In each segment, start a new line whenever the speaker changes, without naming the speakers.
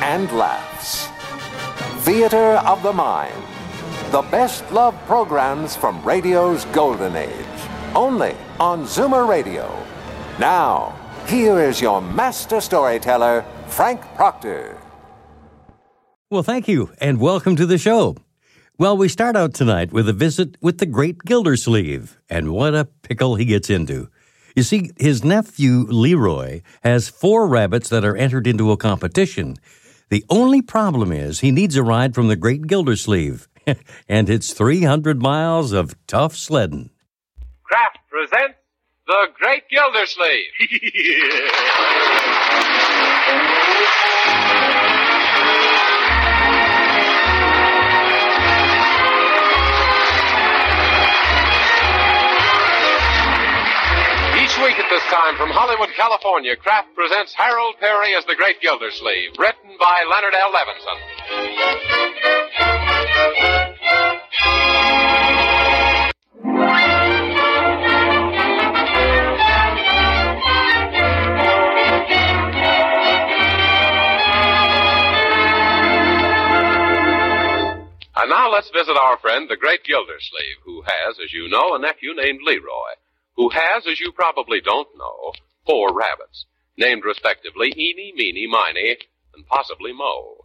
and laughs. Theater of the Mind. The best love programs from radio's golden age. Only on Zoomer Radio. Now, here is your master storyteller, Frank Proctor.
Well, thank you, and welcome to the show. Well, we start out tonight with a visit with the great Gildersleeve, and what a pickle he gets into. You see, his nephew Leroy has four rabbits that are entered into a competition. The only problem is he needs a ride from the great Gildersleeve, and it's 300 miles of tough sledding.
Kraft presents The Great Gildersleeve. Each week at this time from Hollywood, California, Kraft presents Harold Perry as The Great Gildersleeve, written by Leonard L. Levinson. And now let's visit our friend, the great Gildersleeve, who has, as you know, a nephew named Leroy, who has, as you probably don't know, four rabbits, named respectively Eeny, Meeny, Miny, and possibly Mo.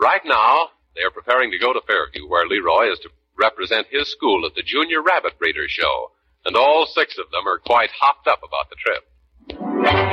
Right now, they are preparing to go to Fairview, where Leroy is to represent his school at the Junior Rabbit Breeder Show, and all six of them are quite hopped up about the trip.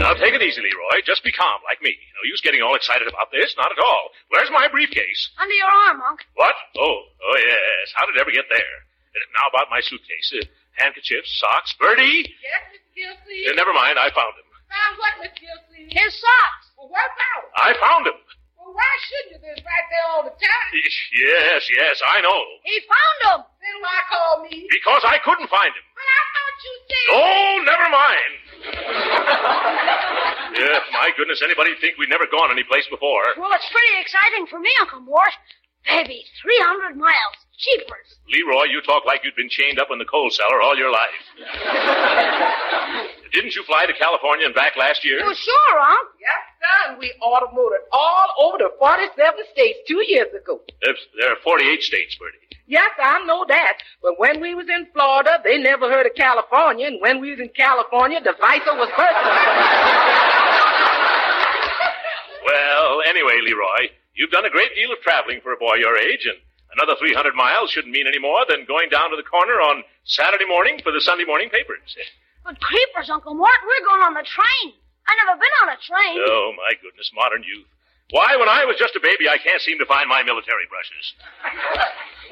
Now take it easy, Leroy. Just be calm, like me. No use getting all excited about this. Not at all. Where's my briefcase?
Under your arm, Unc.
What? Oh, oh yes. How did it ever get there? Uh, Now about my suitcase, uh, handkerchiefs, socks, Bertie.
Yes, Miss Gilsey.
Uh, never mind. I found them.
Found what, Miss Gilsey? His socks. Well, what about?
I found them.
Well, why should you? They're right there all the time.
Yes, yes. I know.
He found them. Then why call me?
Because I couldn't find them.
But I thought you said.
Oh, never mind. yeah, my goodness. Anybody'd think we'd never gone any place before.
Well, it's pretty exciting for me, Uncle Mort. Baby, 300 miles. Cheapers.
Leroy, you talk like you'd been chained up in the coal cellar all your life. Didn't you fly to California and back last year?
Well, sure, Unc.
Yes, sir, and we automotored all over the 47 states two years ago.
There's, there are 48 states, Bertie.
Yes, I know that. But when we was in Florida, they never heard of California, and when we was in California, the visor was personal.
Well, anyway, Leroy, you've done a great deal of traveling for a boy your age, and another 300 miles shouldn't mean any more than going down to the corner on Saturday morning for the Sunday morning papers.
But creepers, Uncle Mort. We're going on the train. I never been on a train.
Oh, my goodness, modern youth. Why, when I was just a baby, I can't seem to find my military brushes.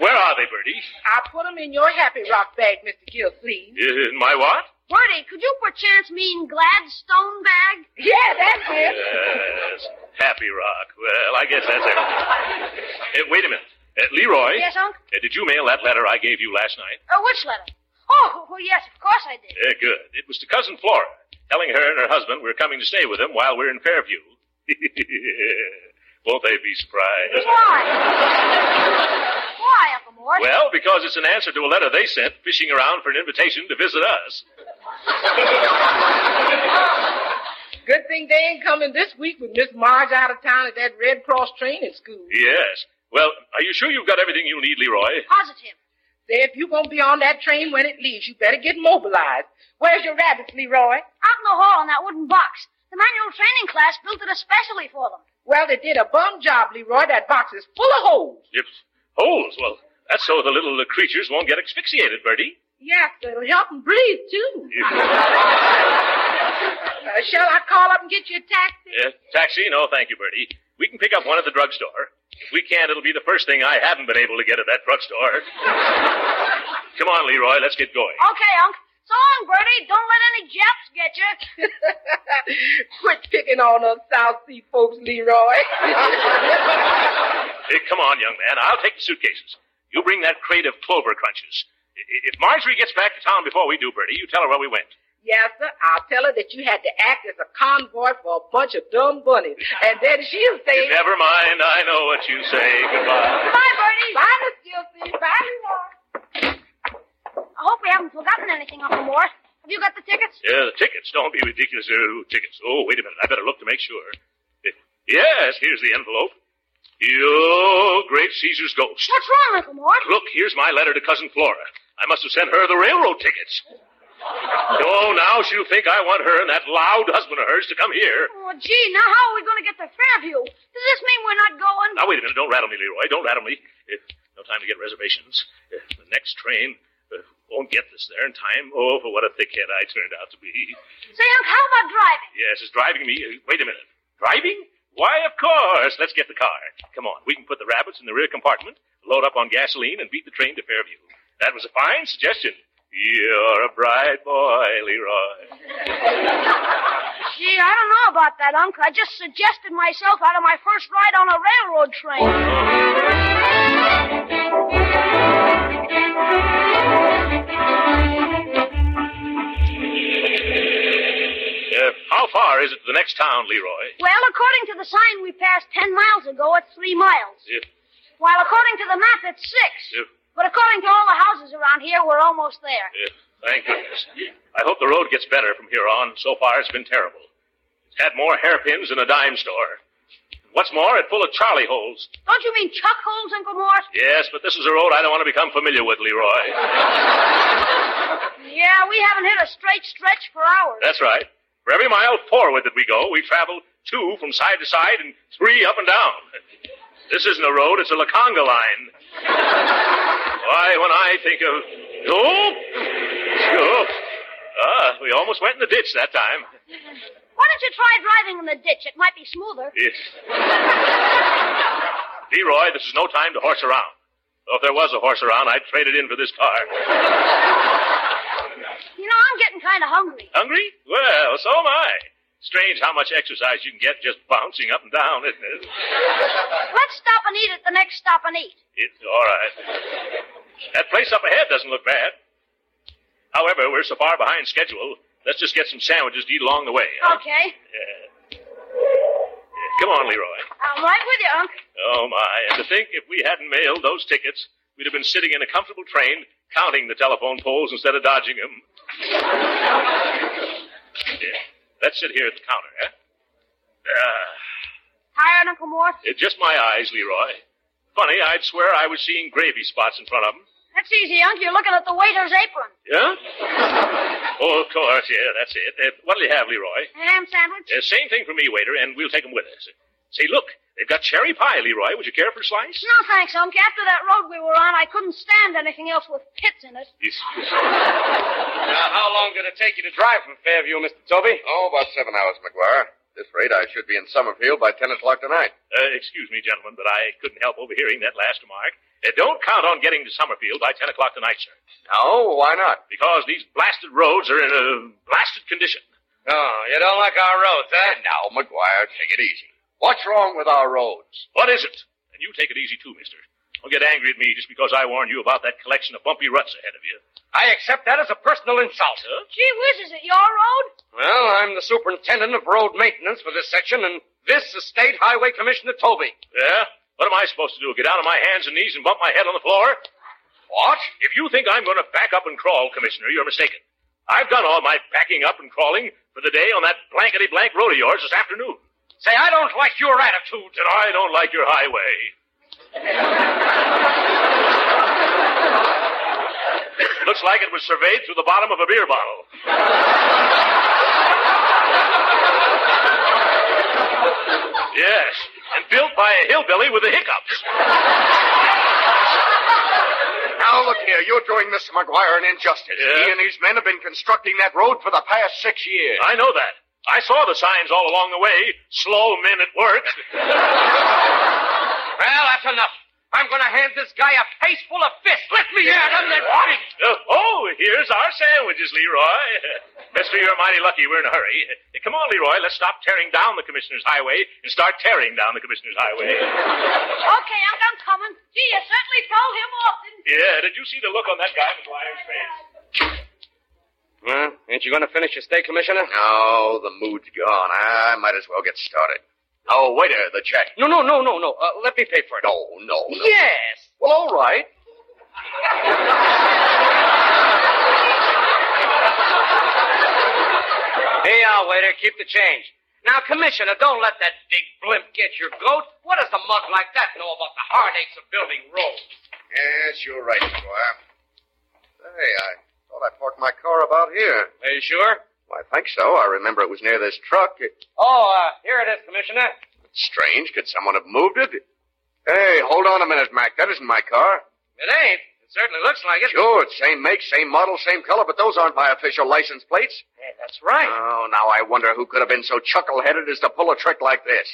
Where are they, Bertie?
I put 'em in your happy rock bag, Mr. Gilsleeve.
In my what?
Bertie, could you perchance mean Gladstone bag?
Yeah, that's it.
Yes, Happy Rock. Well, I guess that's everything. Hey, wait a minute. Uh, Leroy?
Yes, Unc?
Uh, did you mail that letter I gave you last night?
Uh, which letter? Oh, well, yes, of course I did.
Uh, good. It was to Cousin Flora, telling her and her husband we're coming to stay with them while we're in Fairview. Won't they be surprised?
Why? Why, Uncle Mort?
Well, because it's an answer to a letter they sent fishing around for an invitation to visit us.
Good thing they ain't coming this week with Miss Marge out of town at that Red Cross training school.
Yes. Well, are you sure you've got everything you'll need, Leroy?
Positive.
Say, if you won't be on that train when it leaves, you better get mobilized. Where's your rabbits, Leroy?
Out in the hall in that wooden box. The manual training class built it especially for them.
Well, they did a bum job, Leroy. That box is full of holes.
If holes, well, that's so the little uh, creatures won't get asphyxiated, Bertie.
Yes, it'll help them breathe, too. Uh, shall I call up and get you a taxi?
Uh, taxi? No, thank you, Bertie. We can pick up one at the drugstore. If we can, it'll be the first thing I haven't been able to get at that drugstore. Come on, Leroy, let's get going.
Okay, Unc. So long, Bertie. Don't let any Japs get you.
Quit picking on us South Sea folks, Leroy.
Hey, come on, young man. I'll take the suitcases. You bring that crate of clover crunches. I- i- If Marjorie gets back to town before we do, Bertie, you tell her where we went.
yes, sir. I'll tell her that you had to act as a convoy for a bunch of dumb bunnies. And then she'll say,
Never mind. I know what you say. Goodbye.
Bye, Bertie.
Bye, Miss Gilsey. Bye, Leroy.
I hope we haven't forgotten anything, Uncle Morris. Have you got the tickets?
Yeah, the tickets. Don't be ridiculous. Oh, tickets. Oh, wait a minute. I better look to make sure. Eh, Yes, here's the envelope. Yo, great Caesar's ghost.
What's wrong, Uncle Morris?
Look, here's my letter to Cousin Flora. I must have sent her the railroad tickets. Oh, now she'll think I want her and that loud husband of hers to come here.
Oh, gee, now how are we going to get to Fairview? Does this mean we're not going?
Now, wait a minute. Don't rattle me, Leroy. Don't rattle me. Eh, no time to get reservations. Eh, the next train eh, won't get us there in time. Oh, for what a thickhead I turned out to be.
Say, Unc, how about driving?
Yes, it's driving me. eh, Wait a minute. Driving? Why, of course. Let's get the car. Come on. We can put the rabbits in the rear compartment, load up on gasoline, and beat the train to Fairview. That was a fine suggestion. You're a bright boy, Leroy.
Gee, I don't know about that, Unc. I just suggested myself out of my first ride on a railroad train.
Eh, how far is it to the next town, Leroy?
Well, according to the sign we passed ten miles ago, it's three miles.
Eh,
While according to the map, it's six.
Yeah.
But according to all the houses around here, we're almost there.
Yeah, thank goodness. I hope the road gets better from here on. So far, it's been terrible. It's had more hairpins than a dime store. What's more, it's full of charley holes.
Don't you mean chuck holes, Uncle Morris?
Yes, but this is a road I don't want to become familiar with, Leroy.
Yeah, we haven't hit a straight stretch for hours.
That's right. For every mile forward that we go, we travel two from side to side and three up and down. This isn't a road, it's a Laconga line. Why, when I think of. Oh! oh. Ah, we almost went in the ditch that time.
Why don't you try driving in the ditch? It might be smoother.
Yes. Leroy, this is no time to horse around. Though if there was a horse around, I'd trade it in for this car.
You know, I'm getting kind of hungry.
Hungry? Well, so am I. Strange how much exercise you can get just bouncing up and down, isn't it?
Let's stop and eat at the next stop and eat.
It's all right. That place up ahead doesn't look bad. However, we're so far behind schedule, let's just get some sandwiches to eat along the way. huh?
Okay.
Come on, Leroy.
I'm right with you, Unc.
Oh, my. And to think if we hadn't mailed those tickets, we'd have been sitting in a comfortable train counting the telephone poles instead of dodging them. Let's sit here at the counter, eh? Ah,
Tired, Uncle Morris?
it's just my eyes, Leroy. Funny, I'd swear I was seeing gravy spots in front of them.
That's easy, Unc. You're looking at the waiter's apron.
Yeah? oh, of course, yeah, that's it. Uh, what'll you have, Leroy?
Ham sandwich?
Uh, same thing for me, waiter, and we'll take 'em with us. Say, look, they've got cherry pie, Leroy. Would you care for a slice?
No, thanks, Unc. After that road we were on, I couldn't stand anything else with pits in it.
Now, how long did it take you to drive from Fairview, Mr. Toby?
Oh, about seven hours, McGuire. This rate, I should be in Summerfield by ten o'clock tonight.
Uh, excuse me, gentlemen, but I couldn't help overhearing that last remark. Uh, don't count on getting to Summerfield by 10 o'clock tonight, sir,
No, why not?
because these blasted roads are in a blasted condition.
Oh, you don't like our roads, eh?
Now, McGuire, take it easy. What's wrong with our roads?
What is it? And you take it easy, too, mister. Don't get angry at me just because I warned you about that collection of bumpy ruts ahead of you.
I accept that as a personal insult.
Huh?
Gee whiz, is it your road?
Well, I'm the superintendent of road maintenance for this section, and this is State Highway Commissioner Toby.
Yeah? What am I supposed to do? Get down on my hands and knees and bump my head on the floor?
What?
If you think I'm going to back up and crawl, Commissioner, you're mistaken. I've done all my backing up and crawling for the day on that blankety blank road of yours this afternoon.
Say, I don't like your attitude.
And I don't like your highway. Looks like it was surveyed through the bottom of a beer bottle. yes, and built by a hillbilly with the hiccups.
Now, look here. You're doing Mr. McGuire an injustice.
Yeah?
He and his men have been constructing that road for the past six years.
I know that. I saw the signs all along the way. Slow men at work.
Well, that's enough. I'm going to hand this guy a face full of fists. Let me at him. Then
What? Uh, oh, here's our sandwiches, Leroy. Mister, you're mighty lucky we're in a hurry. Uh, Come on, Leroy, let's stop tearing down the commissioner's highway and start tearing down the commissioner's highway.
Okay, Unc, I'm coming. Gee, you certainly told him off, didn't you?
yeah, did you see the look on that guy McGuire's face?
Well, ain't you going to finish your steak, Commissioner?
No, the mood's gone. I might as well get started. Oh, waiter, the check.
No, no, no, no, no. Uh, let me pay for it.
No, no, no.
Yes.
Well, all right.
Here you are, waiter. Keep the change. Now, Commissioner, don't let that big blimp get your goat. What does a mug like that know about the heartaches of building roads?
Yes, you're right, McGuire. Hey, I thought I parked my car about here.
Are you sure?
Well, I think so. I remember it was near this truck. It,
Oh, uh, here it is, Commissioner.
it's strange. Could someone have moved it? Hey, hold on a minute, Mac. That isn't my car.
It ain't. It certainly looks like it.
Sure, it's same make, same model, same color, but those aren't my official license plates.
Hey, that's right.
Oh, now I wonder who could have been so chuckle-headed as to pull a trick like this.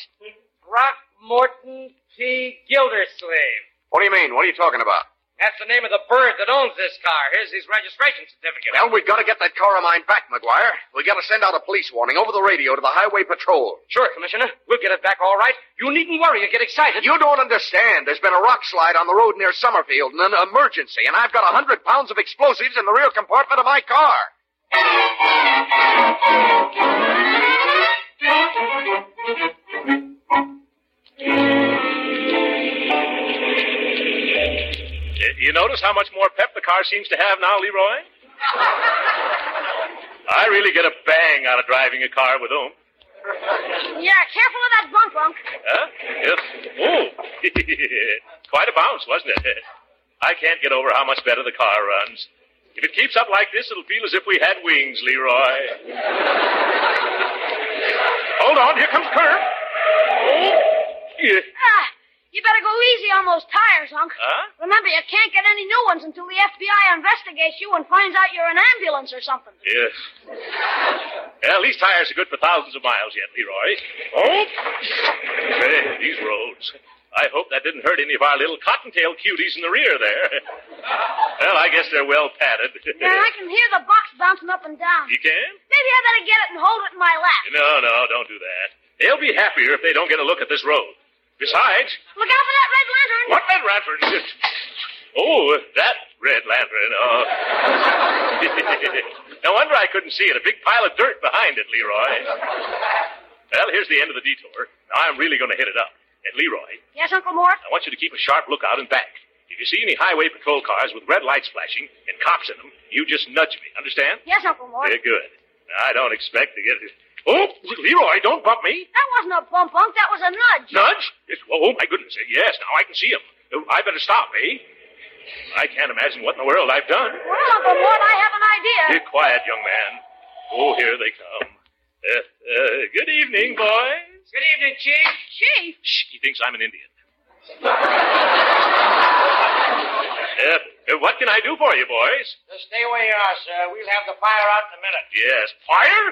Throckmorton P. Gildersleeve.
What do you mean? What are you talking about?
That's the name of the bird that owns this car. Here's his registration certificate.
Well, we've got to get that car of mine back, McGuire. We've got to send out a police warning over the radio to the highway patrol.
sure, Commissioner. We'll get it back all right. You needn't worry or get excited.
You don't understand. There's been a rock slide on the road near Summerfield and an emergency, and I've got a hundred pounds of explosives in the rear compartment of my car.
Y- You notice how much more pep the car seems to have now, Leroy? I really get a bang out of driving a car with oomph.
Yeah, careful of that bump, Unc.
Huh? Yes. Oh, quite a bounce, wasn't it? I can't get over how much better the car runs. If it keeps up like this, it'll feel as if we had wings, Leroy. Hold on, here comes Kerr. Oh, yeah.
Ah, you better go easy on those tires, Unc.
Huh?
Remember, you can't get any new ones until the FBI investigates you and finds out you're an ambulance or something.
Yes. Well, these tires are good for thousands of miles yet, Leroy. Oh, hey, these roads. I hope that didn't hurt any of our little cottontail cuties in the rear there. Well, I guess they're well padded.
Yeah, I can hear the box bouncing up and down.
You can?
Maybe I better get it and hold it in my lap.
No, no, don't do that. They'll be happier if they don't get a look at this road. Besides,
Look out for that red lantern.
what red lantern? Oh, that red lantern. Oh. no wonder I couldn't see it. A big pile of dirt behind it, Leroy. Well, here's the end of the detour. Now I'm really going to hit it up. And Leroy,
Yes, Uncle Mort?
I want you to keep a sharp lookout and back. If you see any highway patrol cars with red lights flashing and cops in them, you just nudge me. Understand?
Yes, Uncle Mort.
Very good. I don't expect to get it. Oh, Leroy, don't bump me.
That wasn't a bump, Unc. That was a nudge.
Nudge? Yes. Oh, my goodness. Yes, now I can see him. I better stop, eh? I can't imagine what in the world I've done.
Well, Uncle Mort, I have an idea.
Be quiet, young man. Oh, here they come. Uh, uh, good evening, boys.
Good evening, Chief.
Chief?
Shh, he thinks I'm an Indian. uh, uh, what can I do for you, boys?
Just stay where you are, sir. We'll have the fire out in a minute.
Yes, fire?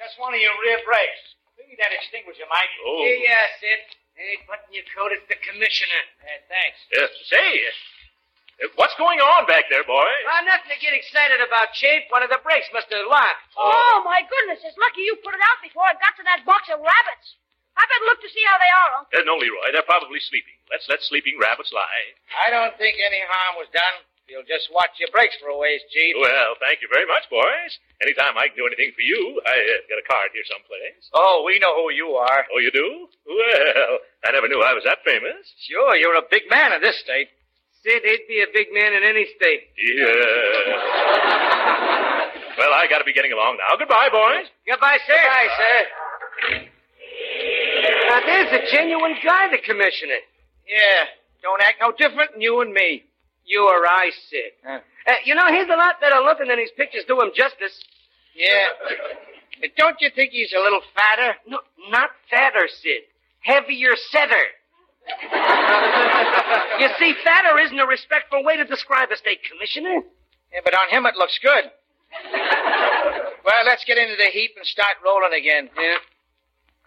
Just one of your rear brakes. Maybe that extinguisher, Mike.
Oh.
Here you are, Sid. Hey, button your coat. It's the commissioner. Hey, thanks.
Uh, say, uh, what's going on back there, boys?
Well, nothing to get excited about, Chief. One of the brakes must have locked.
Oh, my goodness. It's lucky you put it out before it got to that box of rabbits. I better look to see how they are, Unc.
Uh, no, Leroy, they're probably sleeping. Let's let sleeping rabbits lie.
I don't think any harm was done. You'll just watch your brakes for a ways, Chief.
Well, thank you very much, boys. Anytime I can do anything for you, I uh, got a card here someplace.
Oh, we know who you are.
Oh, you do? Well, I never knew I was that famous.
Sure, you're a big man in this state. Sid, he'd be a big man in any state.
Yeah. well, I got to be getting along now. Goodbye, boys.
Goodbye, sir. Goodbye, sir. Now, there's a genuine guy, the commissioner. Yeah, don't act no different than you and me. You or I, Sid. Uh, you know, he's a lot better looking than his pictures do him justice. Yeah. Don't you think he's a little fatter? No, not fatter, Sid. Heavier setter. you see, fatter isn't a respectful way to describe a state commissioner. Yeah, but on him it looks good. well, let's get into the heap and start rolling again. Yeah.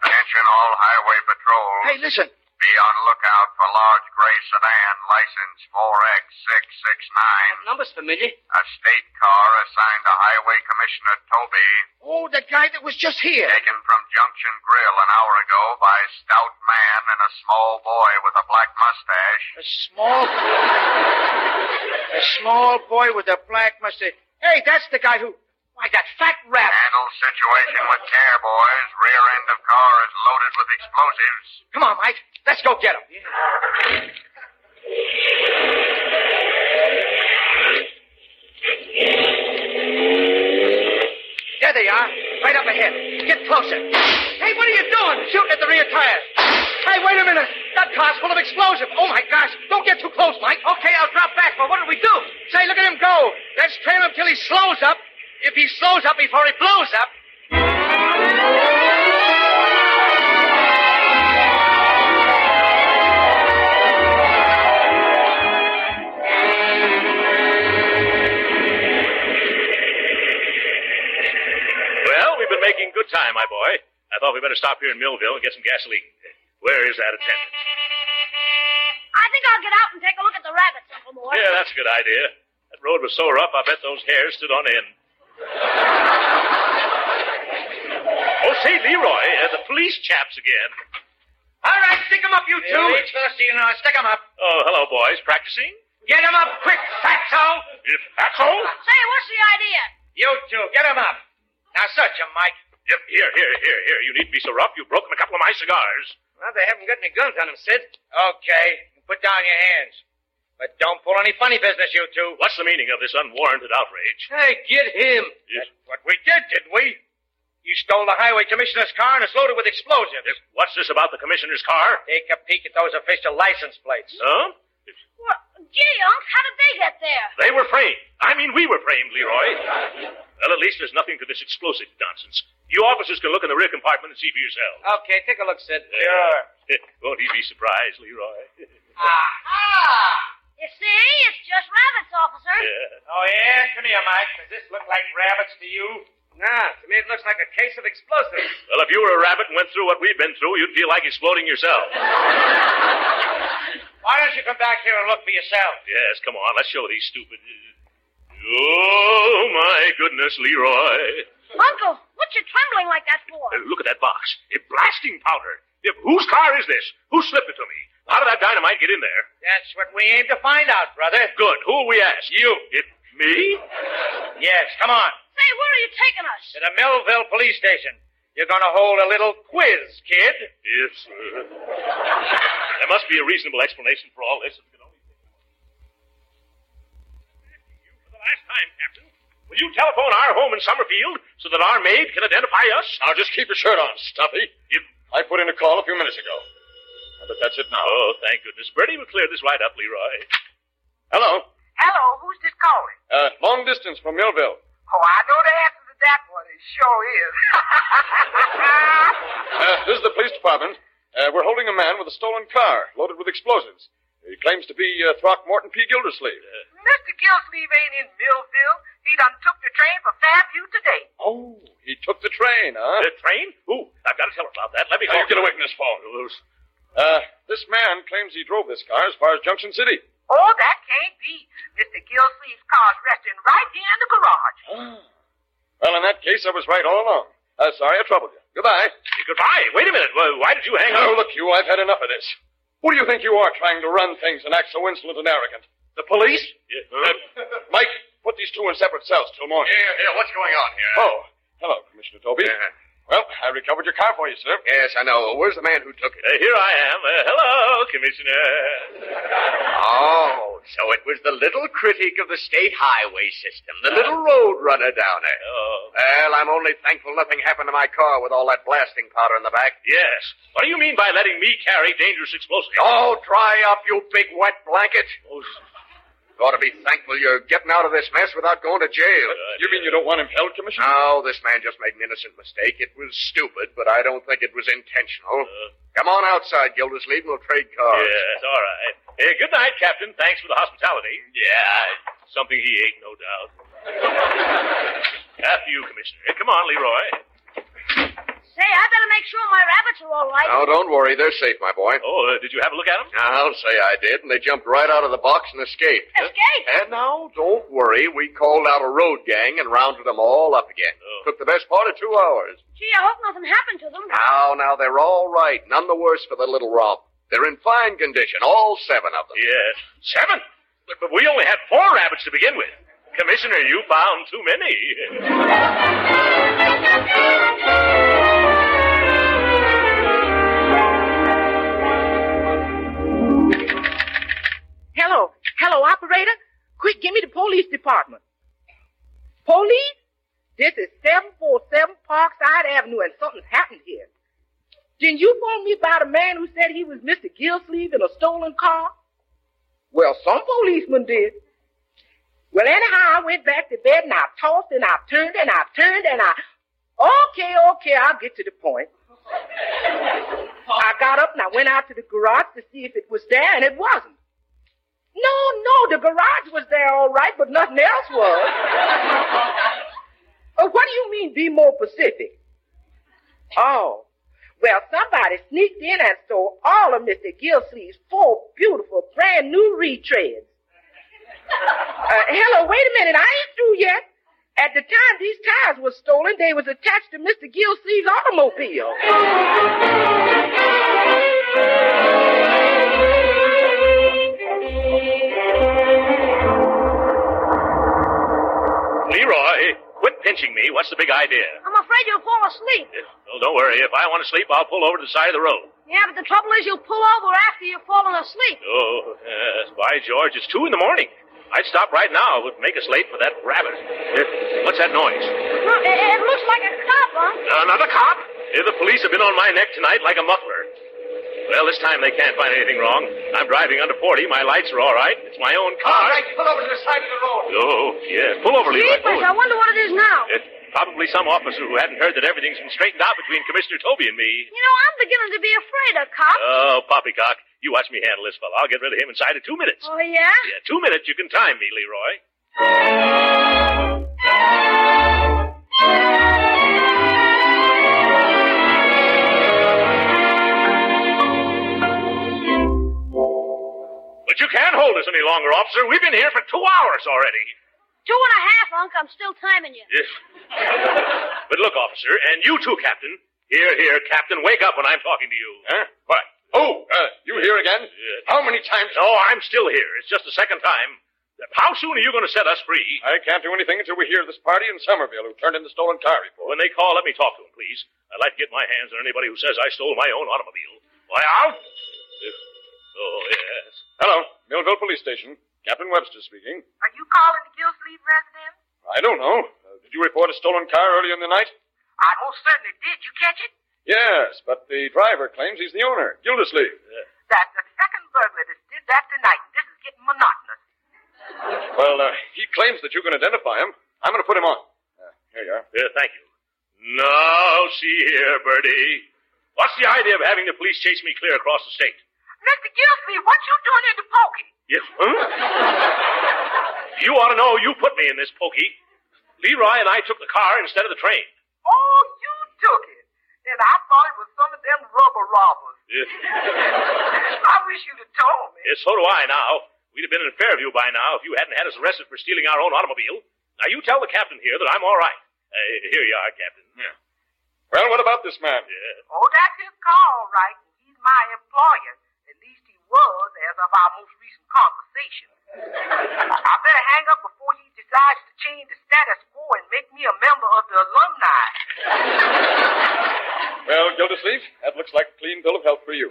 Attention all highway patrols.
Hey, listen.
Be on lookout for large gray sedan, license 4X669.
Number's familiar.
A state car assigned to Highway Commissioner Toby,
Oh, the guy that was just here.
taken from Junction Grill an hour ago by a stout man and a small boy with a black mustache.
A small A small boy with a black mustache. Hey, that's the guy who. Why, that fat rat.
Handle situation with care, boys. Rear end of car is loaded with explosives.
Come on, Mike. Let's go get him. There they are. Right up ahead. Get closer. Hey, what are you doing? Shooting at the rear tires. Hey, wait a minute. That car's full of explosive. Oh, my gosh. Don't get too close, Mike. Okay, I'll drop back, but what do we do? Say, look at him go. Let's trail him till he slows up. If he slows up before he blows up.
Well, we've been making good time, my boy. I thought we'd better stop here in Millville and get some gasoline. Where is that attendant?
I think I'll get out and take a look at the rabbits, Uncle Mort.
Yeah, that's a good idea. That road was so rough, I bet those hairs stood on end. oh, say, Leroy, uh, the police chaps again.
All right, stick him up, you two.
we
thirsty, you know. Stick him up.
Oh, hello, boys. Practicing?
Get him up quick, fatso.
If that's all?
Say, what's the idea?
You two, get him up. Now search him, Mike.
Yep, here, here, here, here. You needn't be so rough. You've broken a couple of my cigars.
Well, they haven't got any guns on them, Sid. Okay, put down your hands. But don't pull any funny business, you two.
What's the meaning of this unwarranted outrage?
Hey, get him. That's
Yes.
what we did, didn't we? You stole the highway commissioner's car and it's loaded with explosives.
Yes, What's this about the commissioner's car? Oh,
Take a peek at those official license plates.
Huh?
Well, gee, Unc, how did they get there?
They were framed. I mean, we were framed, Leroy. Well, at least there's nothing to this explosive nonsense. You officers can look in the rear compartment and see for yourselves.
Okay, take a look, Sid.
Yeah. Won't he be surprised, Leroy?
Ah! You see, it's just rabbits, officer.
yeah.
Oh, yeah? Come here, Mike. Does this look like rabbits to you? Nah, to me it looks like a case of explosives.
Well, if you were a rabbit and went through what we've been through, you'd feel like exploding yourself.
Why don't you come back here and look for yourself?
yes, come on. Let's show these stupid. Oh, my goodness, Leroy.
Uncle, what you trembling like that for?
Uh, Look at that box. It blasting powder. If, whose car is this? Who slipped it to me? How did that dynamite get in there?
That's what we aim to find out, brother.
Good. Who we ask? You. It, me?
Yes, come on.
Say, where are you taking us?
To the Millville police station. You're gonna hold a little quiz, kid.
Yes, sir. there must be a reasonable explanation for all this. If we can only think of one. Thank you for the last time, Captain. Will you telephone our home in Summerfield so that our maid can identify us?
Now just keep your shirt on, Stumpy.
You-
I put in a call a few minutes ago. I bet that's it now.
Oh, thank goodness. Bertie will clear this right up, Leroy.
Hello.
Hello, who's this calling?
Uh, long distance from Millville.
Oh, I know the answer to that one. It sure is.
Uh, this is the police department. Uh, we're holding a man with a stolen car loaded with explosives. He claims to be uh, Throckmorton P. Gildersleeve.
Uh.
Mr. Gillsleeve ain't in Millville. He done took the train for Fairview today.
oh, he took the train, huh?
The train? Who? I've got to tell her about that. Let me
Now, you
call
get
her.
away from this phone.
Those-
Uh, this man claims he drove this car as far as Junction City.
Oh, that can't be. Mr. Gillsleeve's car's resting right here in the garage.
Well, in that case, I was right all along. Uh, sorry I troubled you. Goodbye.
Goodbye. Wait a minute. Why why did you hang
Oh,
up?
look, you, I've had enough of this. Who do you think you are trying to run things and act so insolent and arrogant? The police?
Yeah,
Uh,
huh?
Mike, put these two in separate cells till morning.
Here, here, what's going on here?
Oh, hello, Commissioner Toby.
Yeah.
Well, I recovered your car for you, sir.
Yes, I know. Where's the man who took it?
Uh, here I am. Uh, hello, Commissioner.
Oh, so it was the little critic of the state highway system, the little road runner down there.
Oh,
Well, I'm only thankful nothing happened to my car with all that blasting powder in the back.
yes. What do you mean by letting me carry dangerous explosives?
Oh, dry up, you big wet blanket.
Oh,
You ought to be thankful you're getting out of this mess without going to jail.
You mean you don't want him held, Commissioner?
No, this man just made an innocent mistake. It was stupid, but I don't think it was intentional.
Uh.
Come on outside, Gildersleeve, and we'll trade cards.
Yes, all right. Eh, good night, Captain. Thanks for the hospitality. Yeah, something he ate, no doubt. After you, Commissioner. Eh, Come on, Leroy.
Say, I better make sure my rabbits are all right.
Now, don't worry. They're safe, my boy.
Oh, uh, did you have a look at them?
I'll say I did, and they jumped right out of the box and escaped.
Escape?
And now, don't worry. We called out a road gang and rounded them all up again.
Oh.
Took the best part of two hours.
Gee, I hope nothing happened to them.
Now, now, they're all right. None the worse for the little romp. They're in fine condition, all seven of them.
Yes. Seven? But, but we only had four rabbits to begin with. Commissioner, you found too many.
Hello, hello, operator. Quick, give me the police department. Police? This is 747 Parkside Avenue, and something's happened here. Didn't you phone me about a man who said he was Mr. Gillsleeve in a stolen car? Well, some policeman did. Well, anyhow, I went back to bed and I tossed and I turned and I turned and I. Okay, okay, I'll get to the point. I got up and I went out to the garage to see if it was there, and it wasn't. No, no, the garage was there all right, but nothing else was. Oh, what do you mean, be more specific? Oh, well, somebody sneaked in and stole all of Mr. Gilslee's four beautiful brand new retreads. Uh, hello, wait a minute, I ain't through yet. At the time these tires were stolen, they was attached to Mr. Gilslee's automobile.
Leroy, quit pinching me. What's the big idea?
I'm afraid you'll fall asleep.
Well, don't worry. If I want to sleep, I'll pull over to the side of the road.
Yeah, but the trouble is you'll pull over after you've fallen asleep.
Oh, yes. By George, it's two in the morning. I'd stop right now. It would make us late for that rabbit. Eh, What's that noise?
Huh, It, it looks like a cop, huh?
Another cop? Eh, The police have been on my neck tonight like a muffler. Well, this time they can't find anything wrong. I'm driving under 40. My lights are all right. It's my own car.
All right, pull over to the side of the road.
Oh, yeah. Pull over, Leroy.
Jeepers, I wonder what it is now.
It's probably some officer who hadn't heard that everything's been straightened out between Commissioner Toby and me.
You know, I'm beginning to be afraid of cops.
Uh,
Oh, poppycock. You watch me handle this fellow. I'll get rid of him inside of two minutes.
oh, yeah?
Yeah, two minutes. You can time me, Leroy. But you can't hold us any longer, officer. We've been here for two hours already.
Two and a half, Unc. I'm still timing you.
Yes. but look, officer, and you too, Captain. Here, here, Captain, wake up when I'm talking to you. Huh? What? Oh, uh, you here again? How many times? No, I'm still here. It's just the second time. How soon are you going to set us free?
I can't do anything until we hear this party in Somerville who turned in the stolen car report.
When they call, let me talk to him, please. I'd like to get my hands on anybody who says I stole my own automobile. Why, I'll. Oh, yes.
Hello, Millville Police Station. Captain Webster speaking.
Are you calling the Gillsleeve residence?
I don't know. Uh, did you report a stolen car earlier in the night?
I most certainly did. You catch it?
Yes, but the driver claims he's the owner, Gildersleeve.
That's the second burglar that did that tonight. This is getting monotonous.
Well, uh, he claims that you can identify him. I'm going to put him on. Uh, here you are.
Yeah, thank you. Now, see here, Bertie. What's the idea of having the police chase me clear across the state?
Mr. Gillsleeve, what you doing in the pokey?
Yeah, huh? you ought to know you put me in this pokey. Leroy and I took the car instead of the train.
Oh, you took it. And I thought it was some of them rubber robbers. I wish you'd have told me.
Yeah, Eh, so do I now. We'd have been in Fairview by now if you hadn't had us arrested for stealing our own automobile. Now, you tell the captain here that I'm all right. Uh, here you are, Captain.
Well, what about this man?
Oh, that's his car, all right. He's my employer. At least he was, as of our most recent conversation. I better hang up before he decides to change the status quo and make me a member of the alumni.
Well, Gildersleeve, that looks like a clean bill of health for you.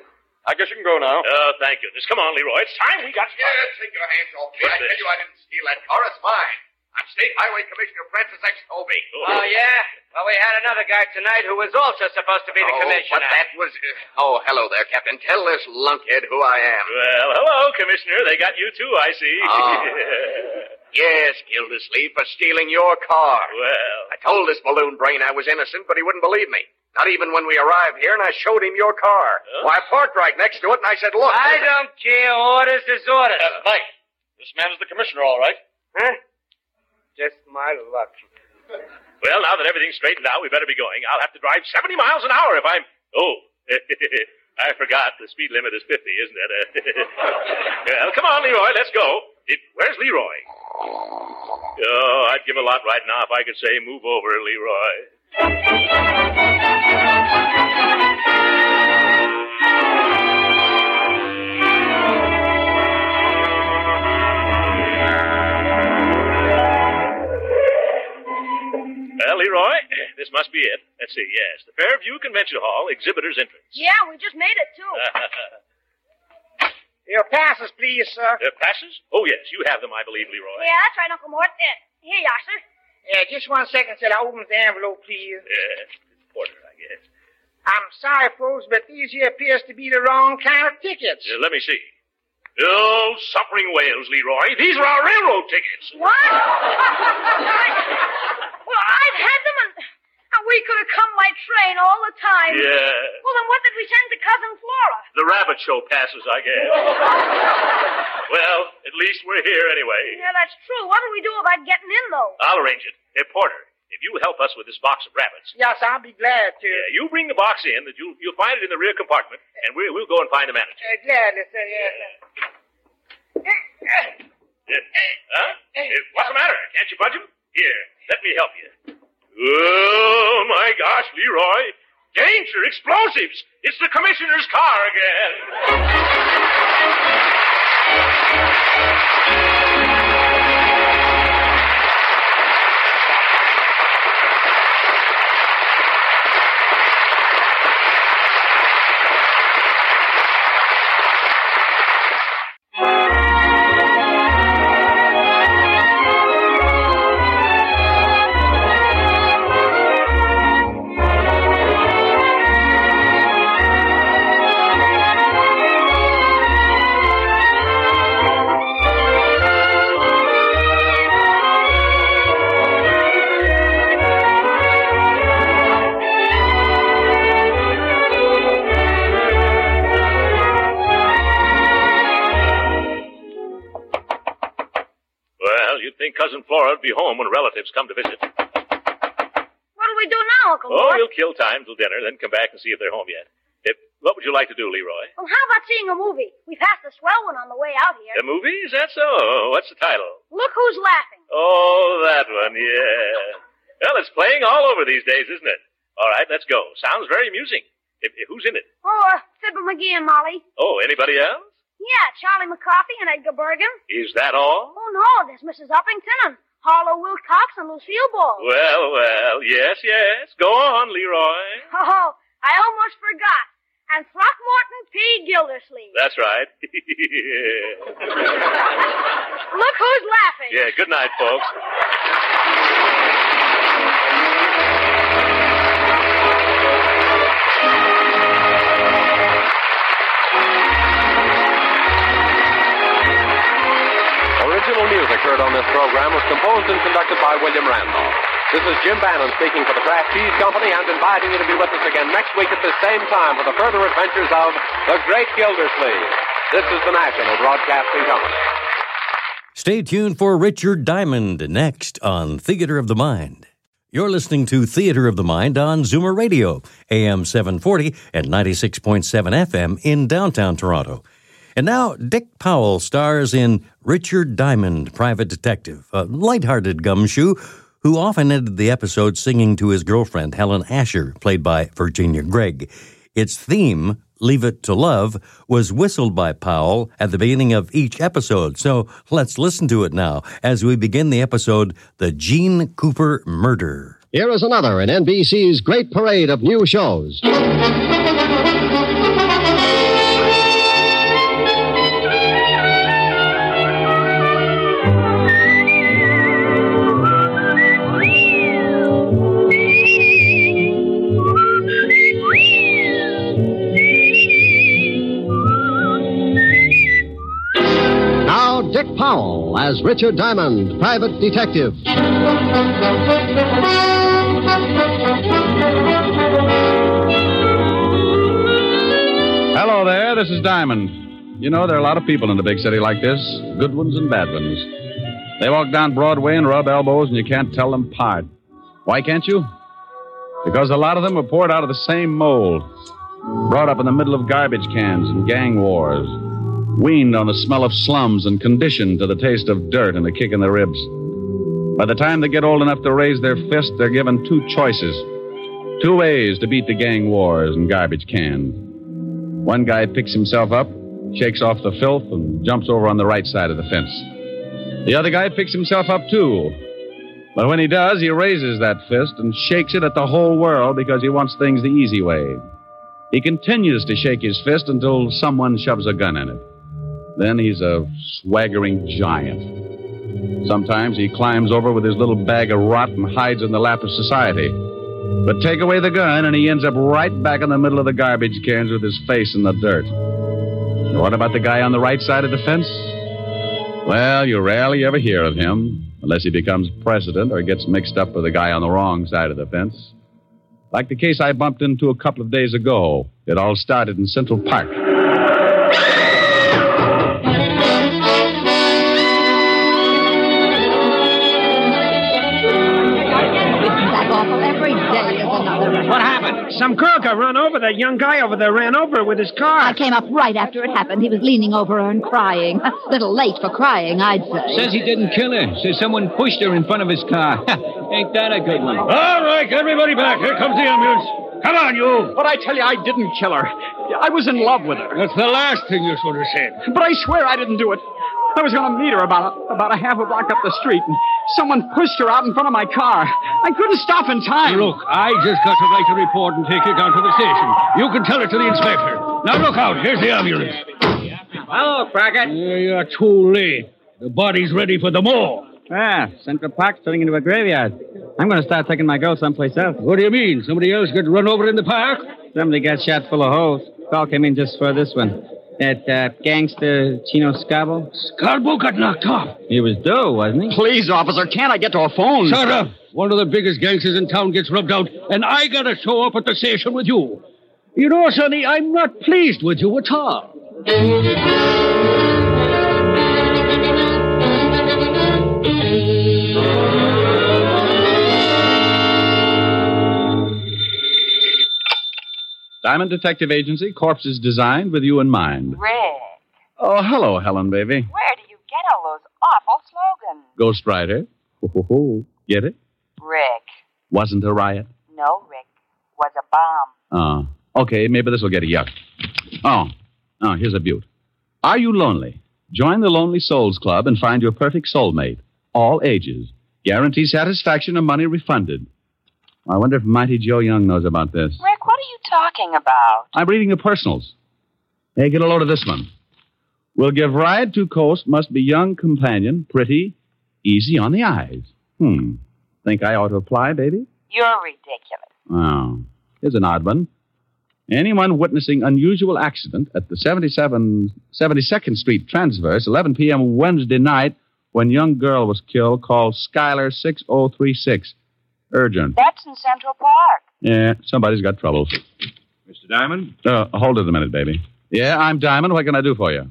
I guess you can go now.
Uh, thank you. Just come on, Leroy. It's time we got.
Yeah, take your hands off me.
What's
I tell
this?
you I didn't steal that car. It's mine. I'm State Highway Commissioner Francis X. Toby.
Oh, yeah? Well, we had another guy tonight who was also supposed to be the
Oh,
commissioner.
but that was... uh, oh, hello there, Captain. Tell this lunkhead who I am.
Well, hello, Commissioner. They got you too, I see.
Oh. Yes, Gildersleeve, for stealing your car.
Well.
I told this balloon brain I was innocent, but he wouldn't believe me. Not even when we arrived here and I showed him your car. Well, I parked right next to it and I said, look.
I
there's a-
don't care. Orders is orders.
Mike, this man is the commissioner, all right?
Huh? Just my luck.
Well, now that everything's straightened out, we better be going. I'll have to drive 70 miles an hour if I'm. Oh, I forgot. The speed limit is 50, isn't it? well, come on, Leroy. Let's go. It, where's Leroy? Oh, I'd give a lot right now if I could say, move over, Leroy. Well, Leroy, this must be it. Let's see, yes. The Fairview Convention Hall, exhibitor's entrance.
Yeah, we just made it, too.
Your passes, please, sir. Your passes? Oh, yes. You have them, I believe, Leroy.
yeah, that's right, Uncle Mort. There. Here you are, sir.
Yeah, just one second till I open the envelope, please.
Yeah, Porter, I guess.
I'm sorry, folks, but these here appears to be the wrong kind of tickets.
Yeah, let me see. Oh, suffering whales, Leroy. These are our railroad tickets.
What? well, I've had them, and, and we could have come by train all the time.
Yeah.
Well, then what did we send to Cousin Flora?
The rabbit show passes, I guess. well, at least we're here anyway.
Yeah, that's true. What do we do about getting in, though?
I'll arrange it. Hey, Porter, if you help us with this box of rabbits.
Yes, I'll be glad to.
Yeah, you bring the box in. That you'll, you'll find it in the rear compartment, and we, we'll go and find the manager.
Uh, gladly, sir, yes.
Yeah. Huh? Eh, What's the matter? Can't you budge him? Here, let me help you. Oh, my gosh, Leroy. Danger, explosives. It's the commissioner's car again. Well, you'd think Cousin Flora would be home when relatives come to visit.
What do we do now, Uncle
Oh,
Mort?
we'll kill time till dinner, then come back and see if they're home yet. If, what would you like to do, Leroy?
Well, how about seeing a movie? We passed a swell one on the way out here.
The movie? Is that so? What's the title?
Look who's laughing.
Oh, that one, yeah. Well, it's playing all over these days, isn't it? All right, let's go. Sounds very amusing. If, if- who's in it?
Oh, uh, Fibber McGee and Molly.
Oh, anybody else?
Yeah, Charlie McCarthy and Edgar Bergen.
Is that all?
Oh, no, there's Mrs. Uppington and Harlow Wilcox and Lucille Ball.
Well, well, yes, yes. Go on, Leroy.
Oh, I almost forgot. And Throckmorton P. Gildersleeve.
That's right.
Look who's laughing.
yeah, good night, folks.
Original music heard on this program was composed and conducted by William Randolph. This is Jim Bannon speaking for the Kraft Cheese Company and inviting you to be with us again next week at the same time for the further adventures of The Great Gildersleeve. This is the National Broadcasting Company.
Stay tuned for Richard Diamond next on Theater of the Mind. You're listening to Theater of the Mind on Zoomer Radio, AM 740 and 96.7 FM in downtown Toronto. And now, Dick Powell stars in Richard Diamond, Private Detective, a lighthearted gumshoe who often ended the episode singing to his girlfriend, Helen Asher, played by Virginia Gregg. Its theme, Leave It to Love, was whistled by Powell at the beginning of each episode. So let's listen to it now as we begin the episode, The Gene Cooper Murder.
Here is another in NBC's great parade of new shows. Now, Dick Powell as Richard Diamond, private detective.
Hello there, this is Diamond. You know, there are a lot of people in a big city like this, good ones and bad ones. They walk down Broadway and rub elbows, and you can't tell them apart.
Why can't you? Because a lot of them were poured out of the same mold, brought up in the middle of garbage cans and gang wars, weaned on the smell of slums and conditioned to the taste of dirt and a kick in the ribs. By the time they get old enough to raise their fist, they're given two choices, two ways to beat the gang wars and garbage cans. One guy picks himself up, shakes off the filth, and jumps over on the right side of the fence. The other guy picks himself up, too. But when he does, he raises that fist and shakes it at the whole world because he wants things the easy way. He continues to shake his fist until someone shoves a gun at it. Then he's a swaggering giant. Sometimes he climbs over with his little bag of rot and hides in the lap of society. But take away the gun, and he ends up right back in the middle of the garbage cans with his face in the dirt. And what about the guy on the right side of the fence? Well, you rarely ever hear of him unless he becomes president or gets mixed up with the guy on the wrong side of the fence. Like the case I bumped into a couple of days ago. It all started in Central Park.
Every day is another.
What happened? Some crook I run over. That young guy over there ran over with his car.
I came up right after it happened. He was leaning over her and crying. Little late for crying, I'd say.
Says he didn't kill her. Says someone pushed her in front of his car. Ain't that a good one?
All right, everybody back. Here comes the ambulance. Come on, you. But I tell you, I didn't kill her. I was in love with her. That's the last thing you should have said. But I swear I didn't do it. I was going to meet her about a, about a half a block up the street, and someone pushed her out in front of my car. I couldn't stop in time.
Look, I just got to write a report and take it down to the station. You can tell it to the inspector.
Now look out. Here's the ambulance.
Hello, Crockett.
you're too late. The body's ready for the morgue.
Ah, Central Park's turning into a graveyard. I'm going to start taking my girl someplace else. What do you mean? Somebody else got run over in the park? Somebody got shot full of holes. Call came in just for this one. That uh, gangster Chino Scabo.
Scarborough got knocked off.
He was due, wasn't he?
Please, officer, can't I get to a phone? Shut up.
uh, One of the biggest gangsters in town gets rubbed out, and I gotta show up at the station with you. You know, Sonny, I'm not pleased with you at all.
Diamond Detective Agency, corpses designed with you in mind.
Red,
Oh, hello, Helen, baby.
where do you get all those awful slogans?
Ghost Rider. Ho, ho, ho. Get it?
Rick.
Wasn't a riot.
No, Rick. Was a bomb.
Oh, okay, maybe this will get a yuck. Oh, oh, here's a beaut. Are you lonely? Join the Lonely Souls Club and find your perfect soulmate. All ages. Guarantee satisfaction or money refunded. I wonder if Mighty Joe Young knows about this.
Rick, what are you talking about?
I'm reading the personals. Hey, get a load of this one. Will give ride to coast, must be young companion, pretty, easy on the eyes. Hmm. Think I ought to apply, baby?
You're ridiculous.
Oh, here's an odd one. Anyone witnessing unusual accident at the 77, 72nd Street transverse, 11 p.m. Wednesday night, when young girl was killed, called Skylar 6036. Urgent.
That's in Central Park.
Yeah, somebody's got troubles.
Mr. Diamond,
Uh, hold it a minute, baby. Yeah, I'm Diamond. What can I do for you?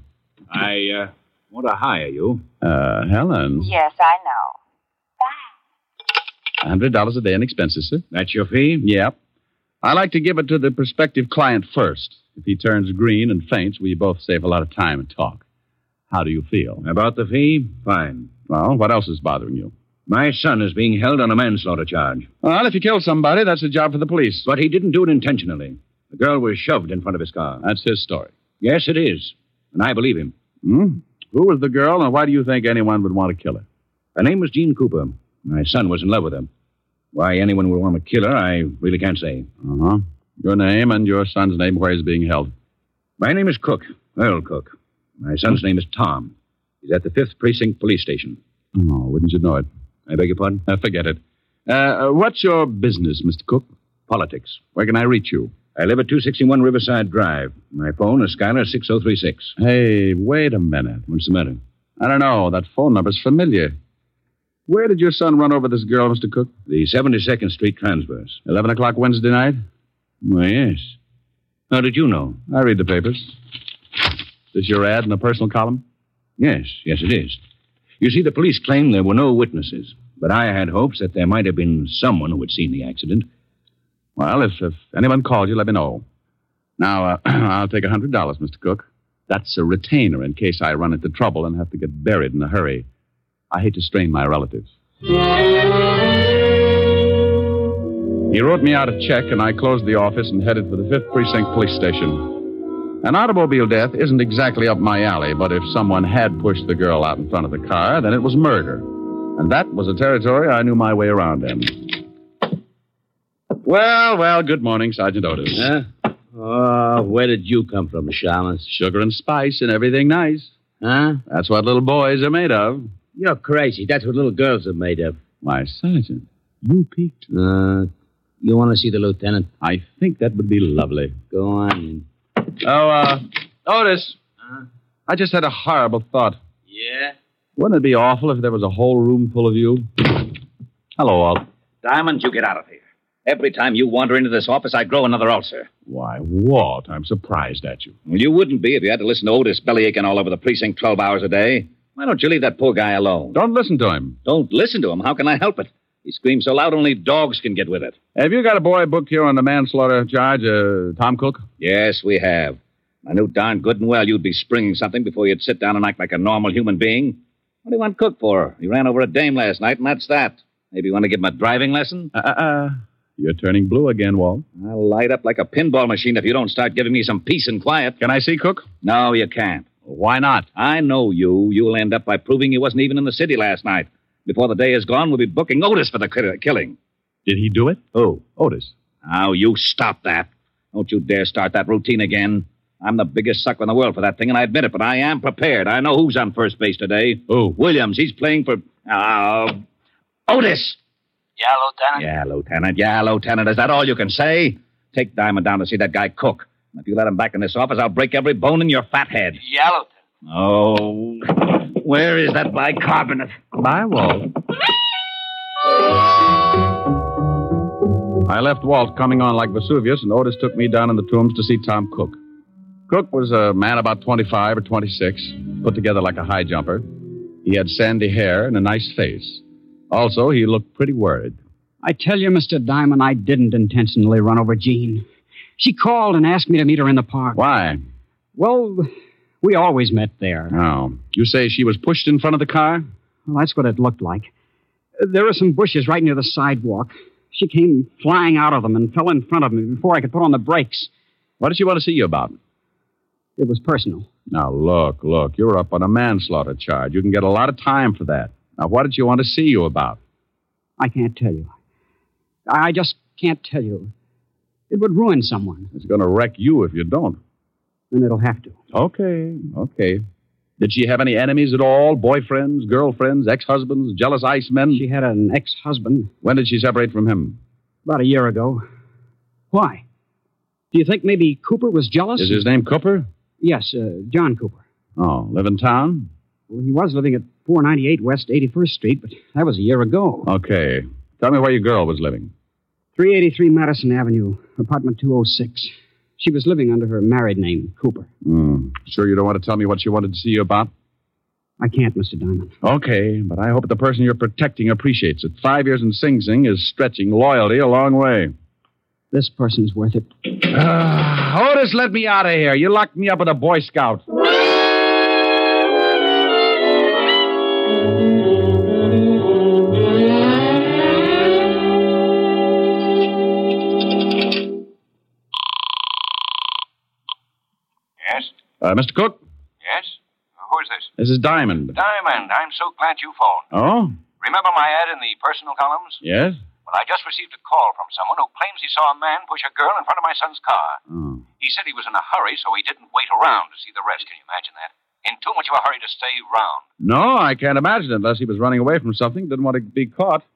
I uh, want to hire you.
Uh, Helen.
Yes, I know.
A hundred dollars a day in expenses, sir. That's your fee? Yep. I like to give it to the prospective client first. If he turns green and faints, we both save a lot of time and talk. How do you feel?
About the fee? Fine.
Well, what else is bothering you?
My son is being held on a manslaughter charge.
Well, if you kill somebody, that's a job for the police.
But he didn't do it intentionally. The girl was shoved in front of his car.
That's his story.
Yes, it is. And I believe him.
Hmm? Who was the girl, and why do you think anyone would want to kill her?
Her name was Jean Cooper. My son was in love with her. Why anyone would want to kill her, I really can't say.
Uh huh. Your name and your son's name, where he's being held.
My name is Cook, Earl Cook. My son's name is Tom. He's at the 5th Precinct Police Station.
Oh, wouldn't you know it?
I beg your pardon?
Uh, forget it. Uh, uh, what's your business, Mr. Cook?
Politics.
Where can I reach you?
I live at 261 Riverside Drive. My phone is Skylar 6036.
Hey, wait a minute.
What's the matter?
I don't know. That phone number's familiar. Where did your son run over this girl, Mr. Cook?
The 72nd Street Transverse.
11 o'clock Wednesday night? Well, yes.
How did you know?
I read the papers. This your ad in the personal column?
Yes, yes, it is. You see, the police claim there were no witnesses.
But I had hopes that there might have been someone who had seen the accident. Well, if, if anyone called you, let me know. Now, uh, I'll take a $100, Mr. Cook. That's a retainer in case I run into trouble and have to get buried in a hurry. I hate to strain my relatives. He wrote me out a check, and I closed the office and headed for the 5th Precinct Police Station. An automobile death isn't exactly up my alley, but if someone had pushed the girl out in front of the car, then it was murder. And that was a territory I knew my way around in. Well, well, good morning, Sergeant Otis.
Oh, where did you come from, Shamus?
Sugar and spice and everything nice.
Huh?
That's what little boys are made of.
You're crazy. That's what little girls are made of.
My sergeant, you peaked.
Uh, you want to see the lieutenant?
I think that would be lovely.
Go on in.
Oh, uh, Otis. I just had a horrible thought.
Yeah?
Wouldn't it be awful if there was a whole room full of you? Hello, Alt.
Diamond, you get out of here. Every time you wander into this office, I grow another ulcer.
Why, Walt, I'm surprised at you.
Well, you wouldn't be if you had to listen to Otis bellyaching all over the precinct 12 hours a day. Why don't you leave that poor guy alone?
Don't listen to him.
Don't listen to him. How can I help it? He screams so loud only dogs can get with it.
Have you got a boy booked here on the manslaughter charge, uh, Tom Cook?
Yes, we have. I knew darn good and well you'd be springing something before you'd sit down and act like a normal human being. What do you want Cook for? He ran over a dame last night, and that's that. Maybe you want to give him a driving lesson?
Uh-uh. You're turning blue again, Walt.
I'll light up like a pinball machine if you don't start giving me some peace and quiet.
Can I see Cook?
No, you can't.
Why not?
I know you. You'll end up by proving you wasn't even in the city last night. Before the day is gone, we'll be booking Otis for the cri- killing.
Did he do it? Oh, Otis.
Now, you stop that. Don't you dare start that routine again. I'm the biggest sucker in the world for that thing, and I admit it, but I am prepared. I know who's on first base today.
Who?
Williams. He's playing for. Uh, Otis!
Yeah, Lieutenant?
Yeah, Lieutenant. Yeah, Lieutenant. Is that all you can say? Take Diamond down to see that guy Cook. If you let him back in this office, I'll break every bone in your fat head.
Yeah, Lieutenant.
Oh, where is that bicarbonate?
Bye, Walt. I left Walt coming on like Vesuvius, and Otis took me down in the tombs to see Tom Cook. Cook was a man about 25 or 26, put together like a high jumper. He had sandy hair and a nice face. Also, he looked pretty worried.
I tell you, Mr. Diamond, I didn't intentionally run over Jean. She called and asked me to meet her in the park.
Why?
Well, we always met there.
Oh, you say she was pushed in front of the car?
Well, that's what it looked like. There were some bushes right near the sidewalk. She came flying out of them and fell in front of me before I could put on the brakes.
What did she want to see you about?
It was personal.
Now, look, look, you're up on a manslaughter charge. You can get a lot of time for that. Now, what did she want to see you about?
I can't tell you. I I just can't tell you. It would ruin someone,
It's going to wreck you if you don't.
and it'll have to.
Okay, okay. Did she have any enemies at all? Boyfriends, girlfriends, ex husbands, jealous icemen? She
had an ex husband.
When did she separate from him?
About a year ago. Why? Do you think maybe Cooper was jealous?
Is his name Cooper?
Yes, uh, John Cooper.
Oh, live in town?
Well, he was living at 498 West 81st Street, but that was a year ago.
Okay. Tell me where your girl was living.
383 Madison Avenue, apartment 206. She was living under her married name, Cooper.
Hmm. Sure you don't want to tell me what she wanted to see you about?
I can't, Mr. Diamond.
Okay, but I hope the person you're protecting appreciates it. Five years in Sing Sing is stretching loyalty a long way.
This person's worth it.
Ah, Otis, let me out of here. You locked me up with a Boy Scout.
Yes?
Uh, Mr. Cook,
Yes? Who's this?
this is Diamond.
Diamond, I'm so glad you phoned.
Oh?
Remember my ad in the personal columns?
Yes?
Well, I just received a call from someone who claims he saw a man push a girl in front of my son's car.
Oh.
He said he was in a hurry, so he didn't wait around to see the rest. Can you imagine that? In too much of a hurry to stay round.
No, I can't imagine it, unless he was running away from something, didn't want to be caught.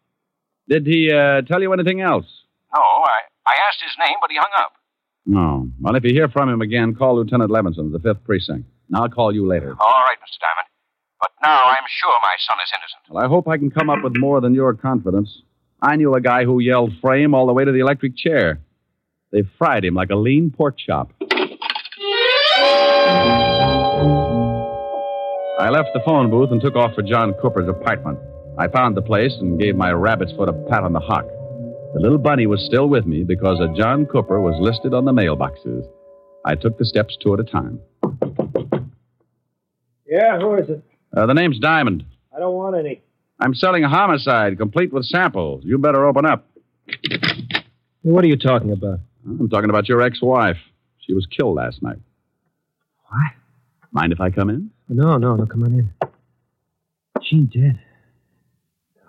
Did he uh, tell you anything else?
No, I, I asked his name, but he hung up.
No. Well, if you hear from him again, call Lieutenant Levinson, the 5th Precinct. And I'll call you later.
All right, Mr. Diamond. But now I'm sure my son is innocent.
Well, I hope I can come up with more than your confidence. I knew a guy who yelled frame all the way to the electric chair. They fried him like a lean pork chop. I left the phone booth and took off for John Cooper's apartment. I found the place and gave my rabbit's foot a pat on the hock. The little bunny was still with me because a John Cooper was listed on the mailboxes. I took the steps two at a time.
Yeah, who is it?
Uh, the name's Diamond.
I don't want any.
I'm selling a homicide complete with samples. You better open up.
What are you talking about?
I'm talking about your ex wife. She was killed last night.
What?
Mind if I come in?
No, no, no. Come on in. She dead.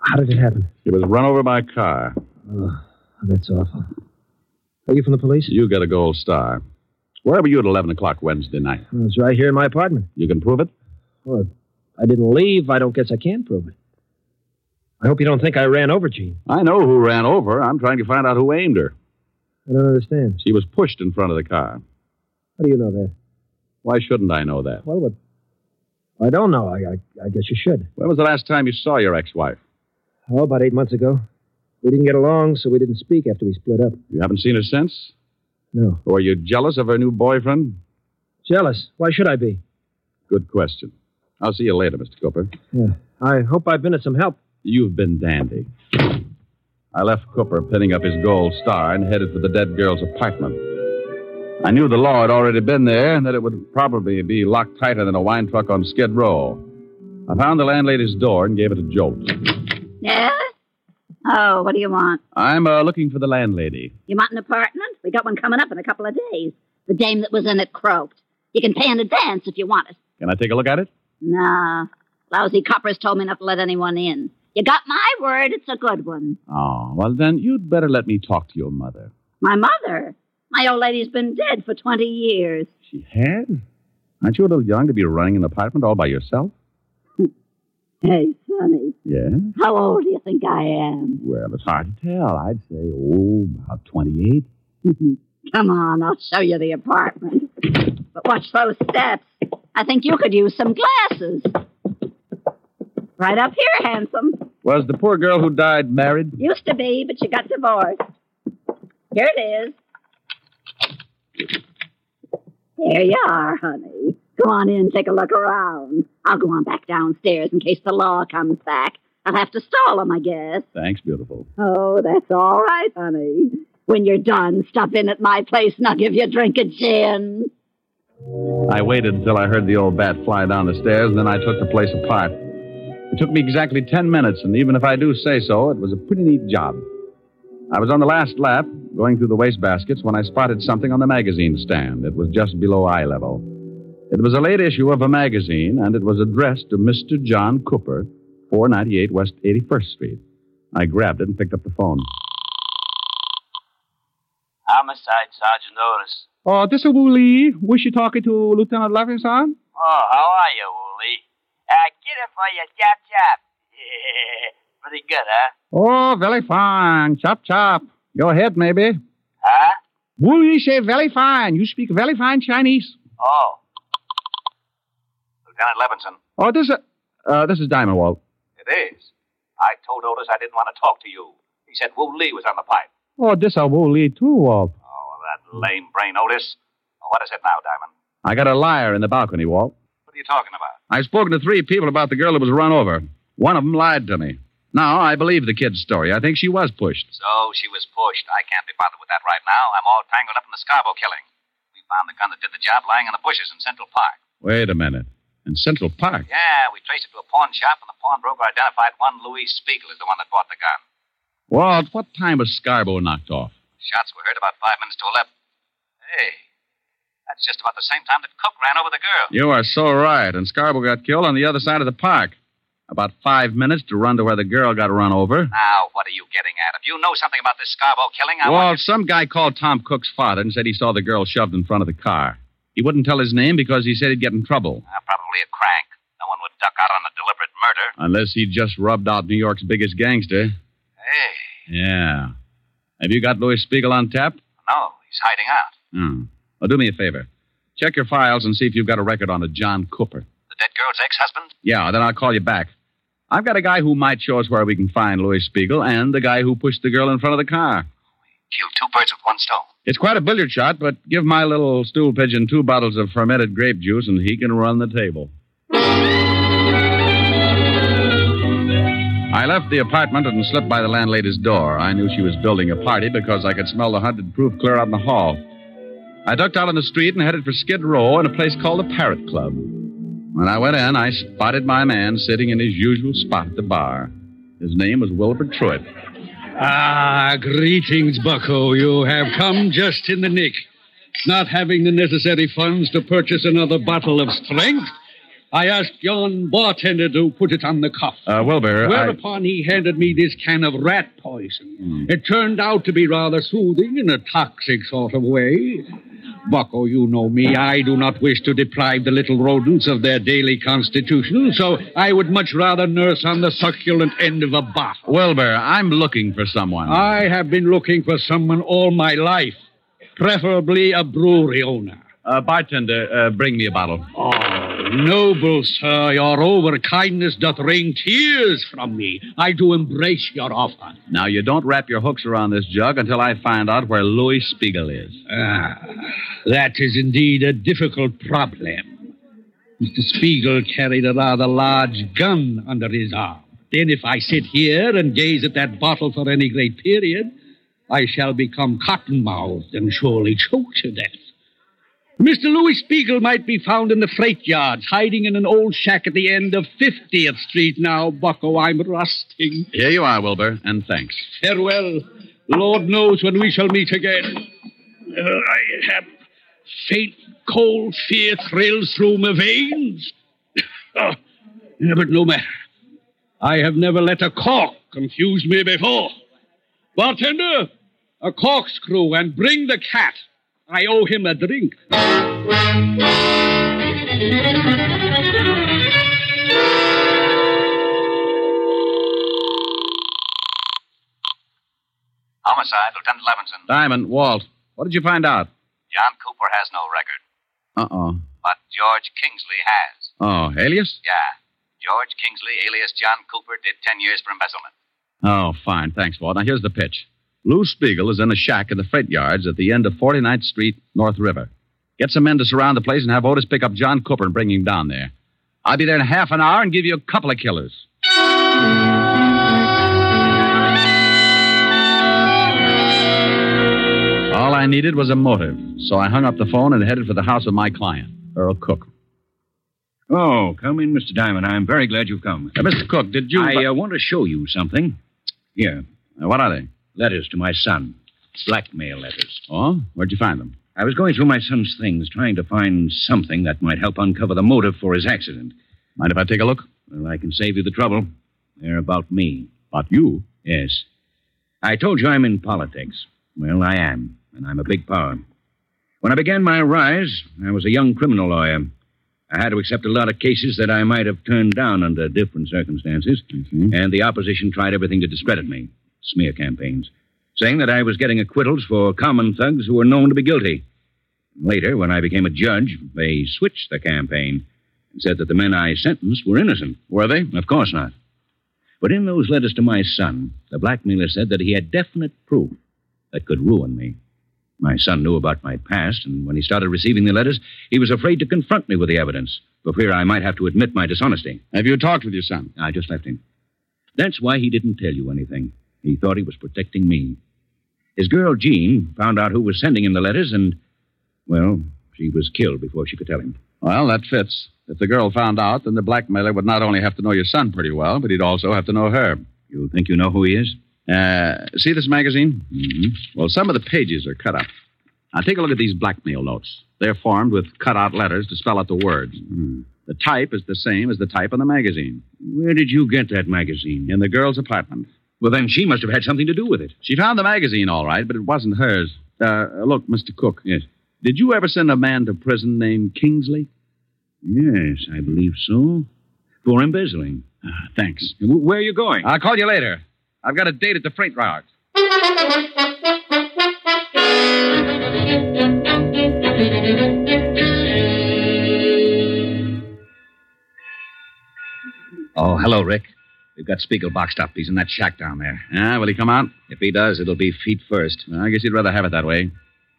How did it happen?
She was run over by a car.
Oh, that's awful. Are you from the police?
You get a gold star. Where were you at 11 o'clock Wednesday night?
It was right here in my apartment.
You can prove it?
Well, if I didn't leave. I don't guess I can prove it. I hope you don't think I ran over Jean.
I know who ran over. I'm trying to find out who aimed her.
I don't understand.
She was pushed in front of the car.
How do you know that?
Why shouldn't I know that?
Well, but I don't know. I, I, I guess you should.
When was the last time you saw your ex wife?
Oh, about eight months ago. We didn't get along, so we didn't speak after we split up.
You haven't seen her since?
No.
Were you jealous of her new boyfriend?
Jealous? Why should I be?
Good question. I'll see you later, Mr. Cooper.
Yeah. I hope I've been of some help.
You've been dandy. I left Cooper pinning up his gold star and headed for the dead girl's apartment. I knew the law had already been there and that it would probably be locked tighter than a wine truck on Skid Row. I found the landlady's door and gave it a jolt.
Yeah? Oh, what do you want?
I'm uh, looking for the landlady.
You want an apartment? We got one coming up in a couple of days. The dame that was in it croaked. You can pay in advance if you want it.
Can I take a look at it?
Nah. Lousy coppers told me not to let anyone in. You got my word, it's a good one.
Oh, well, then you'd better let me talk to your mother.
My mother. My old lady's been dead for 20 years.
She has? Aren't you a little young to be running an apartment all by yourself?
Hey, Sonny,
Yeah?
how old do you think I am?
Well, it's hard to tell. I'd say, oh, about 28.
Come on, I'll show you the apartment. But watch those steps. I think you could use some glasses. Right up here, handsome.
Was the poor girl who died married?
Used to be, but you got divorced. Here it is. There you are, honey. Go on in, take a look around. I'll go on back downstairs in case the law comes back. I'll have to stall 'em, I guess.
Thanks, beautiful.
Oh, that's all right, honey. When you're done, stop in at my place and I'll give you a drink of gin.
I waited until I heard the old bat fly down the stairs, and then I took the place apart. It took me exactly 10 minutes, and even if I do say so, it was a pretty neat job. I was on the last lap, going through the wastebaskets, when I spotted something on the magazine stand. It was just below eye level. It was a late issue of a magazine, and it was addressed to Mr. John Cooper, 498 West 81st Street. I grabbed it and picked up the phone.
Homicide, Sergeant Otis.
Uh, this is Wu Lee. Was she talking to Lieutenant Levinson?
Oh, how are you, Wooly? Uh, get it for you, chap chap. Yeah, pretty good, huh?
Oh, very fine. Chop, chop. Your head, maybe.
Huh?
Wu Lee say very fine. You speak very fine Chinese.
Oh. Lieutenant Levinson,
Oh, this is, uh, this is Diamond Walt.
it is. I told Otis I didn't want to talk to you. He said Wu Lee was on the pipe.
Oh, this is Wu Lee too, Walt.
Oh, that lame brain, Otis. Oh, What is it now, Diamond?
I got a liar in the balcony, Walt.
What are you talking about?
I've spoken to three people about the girl that was run over. One of them lied to me. Now, I believe the kid's story. I think she was pushed.
So she was pushed. I can't be bothered with that right now. I'm all tangled up in the Scarbo killing. We found the gun that did the job lying in the bushes in Central Park.
Wait a minute. In Central Park?
Yeah, we traced it to a pawn shop, and the pawnbroker identified one Louis Spiegel as the one that bought the gun.
Walt, what time was Scarbo knocked off?
Shots were heard about five minutes to eleven. Hey, that's just about the same time that Cook ran over the girl.
You are so right. And Scarbo got killed on the other side of the park. About five minutes to run to where the girl got run over.
Now, what are you getting at? If you know something about this Scarbo killing, I
Walt,
want you...
some guy called Tom Cook's father and said he saw the girl shoved in front of the car. He wouldn't tell his name because he said he'd get in trouble.
Ah, probably a crank. No one would duck out on a deliberate murder.
Unless he just rubbed out New York's biggest gangster.
Hey,
Yeah. Have you got Louis Spiegel on tap?
no, he's hiding out.
Hmm. Well, do me a favor. Check your files and see if you've got a record on a John Cooper.
The dead girl's ex-husband?
Yeah, then I'll call you back. I've got a guy who might show us where we can find Louis Spiegel and the guy who pushed the girl in front of the car.
Killed two birds with one stone.
It's quite a billiard shot, but give my little stool pigeon two bottles of fermented grape juice and he can run the table. I left the apartment and slipped by the landlady's door. I knew she was building a party because I could smell the hundred proof clear out in the hall. I ducked out on the street and headed for Skid Row in a place called the Parrot Club. When I went in, I spotted my man sitting in his usual spot at the bar. His name was Wilbur Truitt.
Ah, greetings, Bucko. You have come just in the nick. Not having the necessary funds to purchase another bottle of strength, I asked yon bartender to put it on the cuff.
Uh, Wilbur, I...
Whereupon he handed me this can of rat poison.
Hmm.
It turned out to be rather soothing in a toxic sort of way. Bucko, you know me. I do not wish to deprive the little rodents of their daily constitution, so I would much rather nurse on the succulent end of a bottle.
Wilbur, I'm looking for someone.
I have been looking for someone all my life, preferably a brewery owner.
Uh, bartender, uh, bring me a bottle.
Oh, noble sir, your over kindness doth wring tears from me. I do embrace your offer.
Now, you don't wrap your hooks around this jug until I find out where Louis Spiegel is.
Ah, that is indeed a difficult problem. Mr. Spiegel carried a rather large gun under his arm. Then, if I sit here and gaze at that bottle for any great period, I shall become cotton mouthed and surely choke to death. Mr. Louis Spiegel might be found in the freight yards, hiding in an old shack at the end of 50th Street now, Bucko. I'm rusting.
Here you are, Wilbur, and thanks.
Farewell. Lord knows when we shall meet again. Uh, I have faint, cold fear thrills through my veins. Oh, yeah, but no matter. I have never let a cork confuse me before. Bartender, a corkscrew and bring the cat. I owe him a drink.
Homicide, Lieutenant Levinson.
Diamond, Walt, what did you find out?
John Cooper has no record,
Uh oh.
but George Kingsley has.
Oh, alias?
Yeah. George Kingsley, alias John Cooper, did 10 years for embezzlement.
Oh, fine. Thanks, Walt. Now, here's the pitch. Lou Spiegel is in a shack in the freight yards at the end of 49th Street, North River. Get some men to surround the place and have Otis pick up John Cooper and bring him down there. I'll be there in half an hour and give you a couple of killers. All I needed was a motive, so I hung up the phone and headed for the house of my client, Earl Cook.
Oh, come in, Mr. Diamond. I'm very glad you've come.
Uh, Mr. Cook, did you.
I uh, want to show you something. Here. Uh,
what are they?
Letters to my son. Blackmail letters.
Oh? Where'd you find them?
I was going through my son's things, trying to find something that might help uncover the motive for his accident.
Mind if I take a look?
Well, I can save you the trouble. They're about me.
About you?
Yes. I told you I'm in politics. Well, I am, and I'm a big power. When I began my rise, I was a young criminal lawyer. I had to accept a lot of cases that I might have turned down under different circumstances, and the opposition tried everything to discredit me smear campaigns, saying that I was getting acquittals for common thugs who were known to be guilty. Later, when I became a judge, they switched the campaign and said that the men I sentenced were innocent.
Were they?
Of course not. But in those letters to my son, the blackmailer said that he had definite proof that could ruin me. My son knew about my past, and when he started receiving the letters, he was afraid to confront me with the evidence for fear I might have to admit my dishonesty.
Have you talked with your son?
I just left him. That's why he didn't tell you anything. He thought he was protecting me. His girl, Jean, found out who was sending him the letters, and, well, she was killed before she could tell him.
Well, that fits. If the girl found out, then the blackmailer would not only have to know your son pretty well, but he'd also have to know her.
You think you know who he is?
Uh, see this magazine?
Mm-hmm.
Well, some of the pages are cut up. Now, take a look at these blackmail notes. They're formed with cut out letters to spell out the words. The type is the same as the type on the magazine.
Mm-hmm. Where did you get that magazine?
In the girl's apartment.
Well, then she must have had something to do with it.
She found the magazine all right, but it wasn't hers. Uh, look, Mr. Cook.
Yes.
Did you ever send a man to prison named Kingsley?
Yes, I believe so. For embezzling.
Ah, thanks.
W- Where are you going?
I'll call you later. I've got a date at the freight yard.
Oh, hello, Rick. We've got Spiegel boxed up. He's in that shack down there.
Yeah, Ah, will he come out?
If he does, it'll be feet first.
I guess he'd rather have it that way.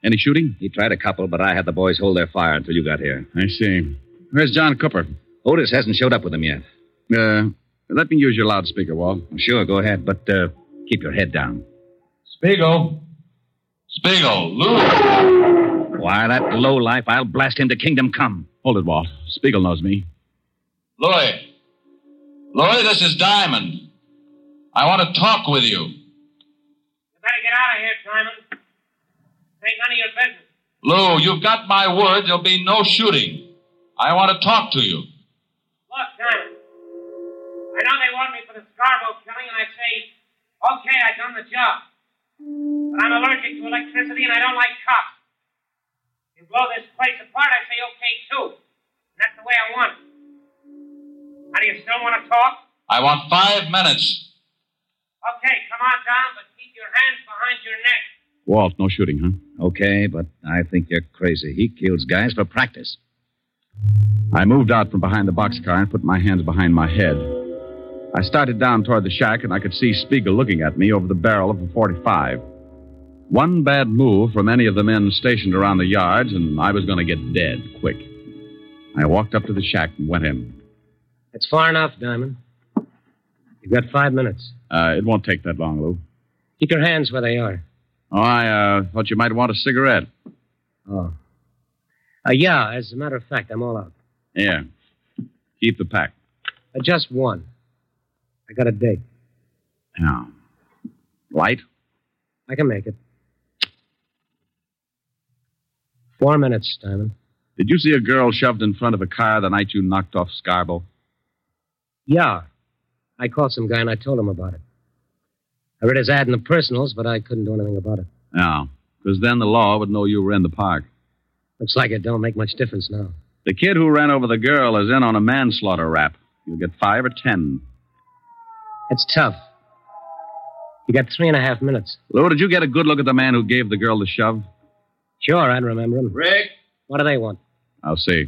Any shooting?
He tried a couple, but I had the boys hold their fire until you got here.
I see. Where's John Cooper?
Otis hasn't showed up with him yet.
Uh, Let me use your loudspeaker, Walt.
Oh, Sure, go ahead, but uh, keep your head down.
Spiegel. Spiegel, Lou.
Why, that lowlife, I'll blast him to kingdom come.
Hold it, Walt. Spiegel knows me.
Louis. Louis, this is Diamond. I want to talk with you.
Better get out of here, Simon. Ain't none of your business.
Lou, you've got my word. There'll be no shooting. I want to talk to you.
Look, Simon. I know they want me for the Scarborough killing, and I say, okay, I've done the job. But I'm allergic to electricity, and I don't like cops. You blow this place apart, I say okay too. And that's the way I want it. Now, do you still want to talk?
I want five minutes.
Okay, come on down, but keep your hands behind your neck.
Walt, no shooting, huh?
Okay, but I think you're crazy. He kills guys for practice.
I moved out from behind the boxcar and put my hands behind my head. I started down toward the shack, and I could see Spiegel looking at me over the barrel of a 45. One bad move from any of the men stationed around the yards, and I was going to get dead quick. I walked up to the shack and went in.
It's far enough, Diamond. You've got five minutes.
Uh, it won't take that long, Lou.
Keep your hands where they are.
Oh, I uh, thought you might want a cigarette.
Oh. Uh, yeah, as a matter of fact, I'm all out.
Yeah. Keep the pack.
Uh, just one. I got a date.
Yeah. Light?
I can make it. Four minutes, Diamond.
Did you see a girl shoved in front of a car the night you knocked off Scarbo?
Yeah. I called some guy and I told him about it. I read his ad in the personals, but I couldn't do anything about it.
No, because then the law would know you were in the park.
Looks like it don't make much difference now.
The kid who ran over the girl is in on a manslaughter rap. You'll get five or ten.
It's tough. You got three and a half minutes.
Lou, did you get a good look at the man who gave the girl the shove?
Sure, I'd remember him.
Rick?
What do they want?
I'll see.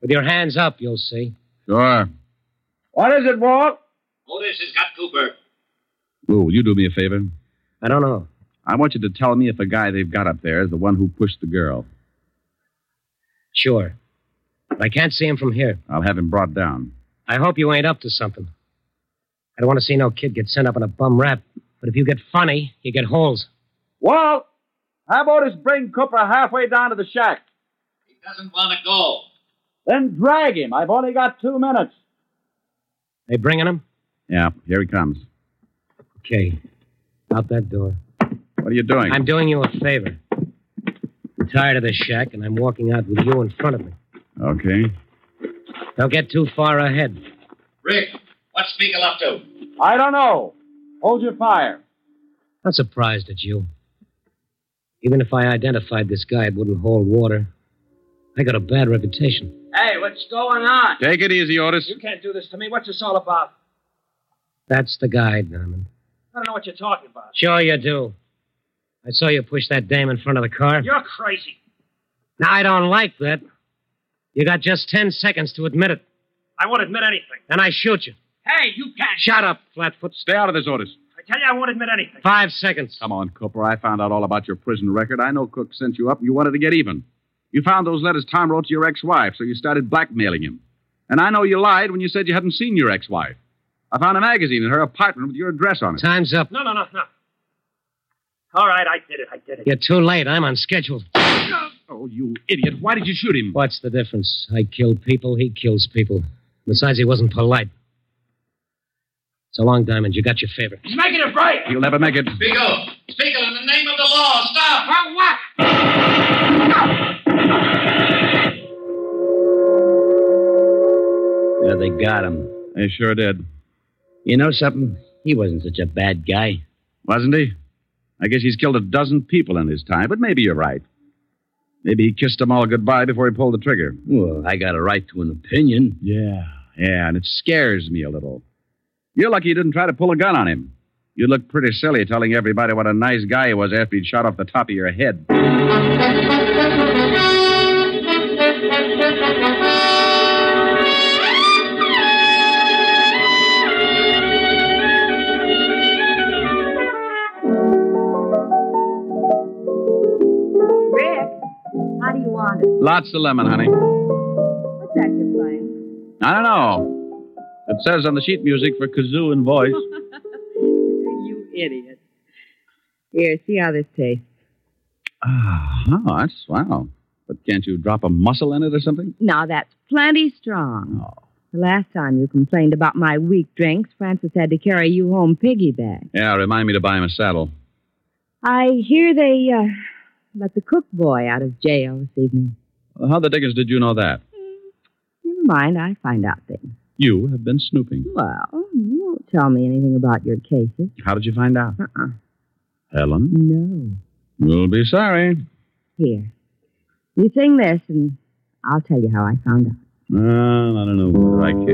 With your hands up, you'll see.
Sure.
What is it, Walt? Otis has got Cooper.
Lou, will you do me a favor?
I don't know.
I want you to tell me if the guy they've got up there is the one who pushed the girl.
Sure. But I can't see him from here.
I'll have him brought down.
I hope you ain't up to something. I don't want to see no kid get sent up on a bum rap. But if you get funny, you get holes.
Walt!
How about us bring Cooper halfway down to the shack?
He doesn't want to go.
Then drag him. I've only got two minutes.
They bringing him?
Yeah, here he comes.
Okay. Out that door.
What are you doing?
I'm doing you a favor. I'm tired of this shack, and I'm walking out with you in front of me.
Okay.
Don't get too far ahead.
Rick, what's Spiegel up to?
I don't know. Hold your fire.
I'm surprised at you. Even if I identified this guy, it wouldn't hold water. I got a bad reputation.
Hey, what's going on?
Take it easy, Otis.
You can't do this to me. What's this all about?
That's the guy, Diamond.
I don't know what you're talking about.
Sure you do. I saw you push that dame in front of the car.
You're crazy.
Now, I don't like that. You got just ten seconds to admit it.
I won't admit anything.
Then I shoot you.
Hey, you can't.
Shut up, Flatfoot.
Stay out of this, Otis.
I tell you, I won't admit anything.
Five seconds.
Come on, Cooper. I found out all about your prison record. I know Cook sent you up and you wanted to get even. You found those letters Tom wrote to your ex wife, so you started blackmailing him. And I know you lied when you said you hadn't seen your ex wife. I found a magazine in her apartment with your address on it.
Time's up.
No, no, no, no. All right, I did it. I did it.
You're too late. I'm on schedule.
Oh, you idiot. Why did you shoot him?
What's the difference? I kill people, he kills people. Besides, he wasn't polite. So long, Diamond. You got your favor.
He's making it break.
You'll never make it.
Spiegel! Spiegel, in the name of the law, stop!
For what?
Yeah, they got him.
They sure did.
You know something? He wasn't such a bad guy.
Wasn't he? I guess he's killed a dozen people in his time, but maybe you're right. Maybe he kissed them all goodbye before he pulled the trigger.
Well, I got a right to an opinion.
Yeah. Yeah, and it scares me a little. You're lucky you didn't try to pull a gun on him. You'd look pretty silly telling everybody what a nice guy he was after he'd shot off the top of your head.
Rick, how do you want it?
Lots of lemon, honey.
What's that you're playing?
I don't know. The It says on the sheet music for kazoo and voice.
you idiot. Here, see how this tastes.
Ah, oh, that's wow. But can't you drop a muscle in it or something?
Now, that's plenty strong. The last time you complained about my weak drinks, Francis had to carry you home piggyback.
Yeah, remind me to buy him a saddle.
I hear they uh, let the cook boy out of jail this evening.
How the dickens did you know that?
Never mind, I find out things.
You have been snooping.
Well, you won't tell me anything about your cases.
How did you find out?
Uh-uh.
Helen?
No.
You'll be sorry.
Here. You sing this, and I'll tell you how I found out.
Well, I don't know whether I can.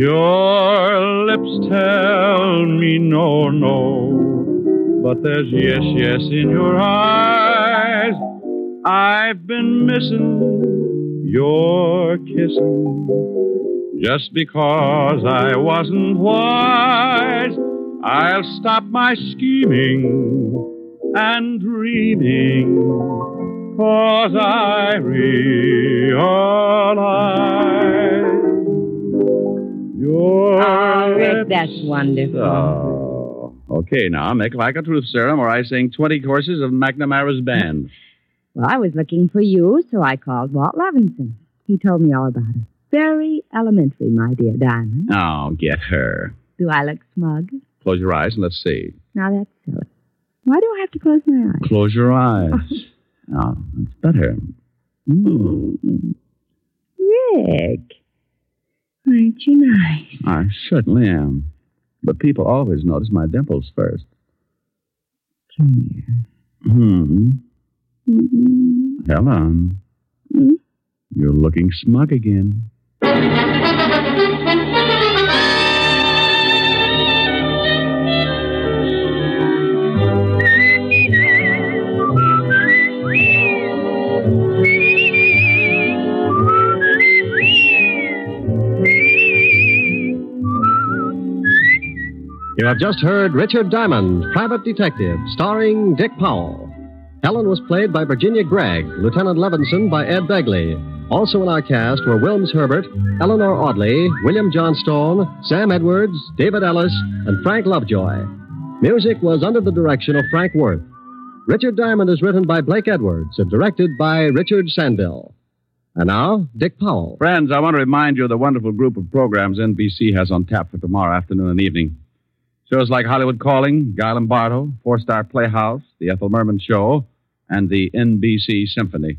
Your lips tell me no, no, but there's yes, yes in your eyes. I've been missing your kissing just because I wasn't wise. I'll stop my scheming and dreaming, cause I realize your
Oh, Rick, that's wonderful.
Oh, okay, now make like a truth serum, or I sing 20 courses of McNamara's band.
Well, I was looking for you, so I called Walt Levinson. He told me all about it. Very elementary, my dear Diamond.
Oh, get her.
Do I look smug?
Close your eyes and let's see.
Now that's silly. Why do I have to close my eyes?
Close your eyes. oh, that's better. Mm.
Rick, aren't you nice?
I certainly am. But people always notice my dimples first.
Come here. Mm-hmm.
Hmm.
Mm-mm.
Helen.
Hmm?
You're looking smug again.
You have just heard Richard Diamond, Private Detective, starring Dick Powell. Helen was played by Virginia Gregg, Lieutenant Levinson by Ed Begley. Also in our cast were Wilms Herbert, Eleanor Audley, William Johnstone, Sam Edwards, David Ellis, and Frank Lovejoy. Music was under the direction of Frank Worth. Richard Diamond is written by Blake Edwards and directed by Richard Sandell. And now, Dick Powell.
Friends, I want to remind you of the wonderful group of programs NBC has on tap for tomorrow afternoon and evening. Shows like Hollywood Calling, Guy Lombardo, Four Star Playhouse, The Ethel Merman Show, and the NBC Symphony.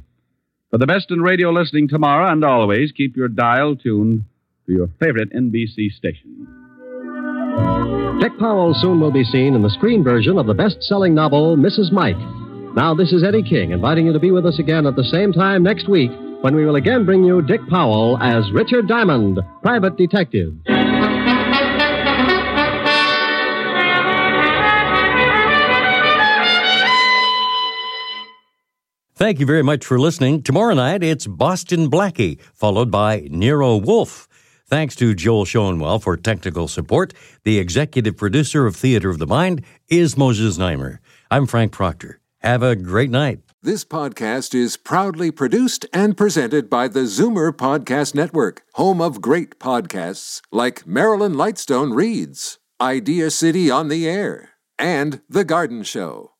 For the best in radio listening tomorrow and always, keep your dial tuned to your favorite NBC station.
Dick Powell soon will be seen in the screen version of the best selling novel, Mrs. Mike. Now, this is Eddie King inviting you to be with us again at the same time next week when we will again bring you Dick Powell as Richard Diamond, private detective.
Thank you very much for listening. Tomorrow night, it's Boston Blackie, followed by Nero Wolf. Thanks to Joel Schoenwell for technical support. The executive producer of Theater of the Mind is Moses Neimer. I'm Frank Proctor. Have a great night.
This podcast is proudly produced and presented by the Zoomer Podcast Network, home of great podcasts like Marilyn Lightstone Reads, Idea City on the Air, and The Garden Show.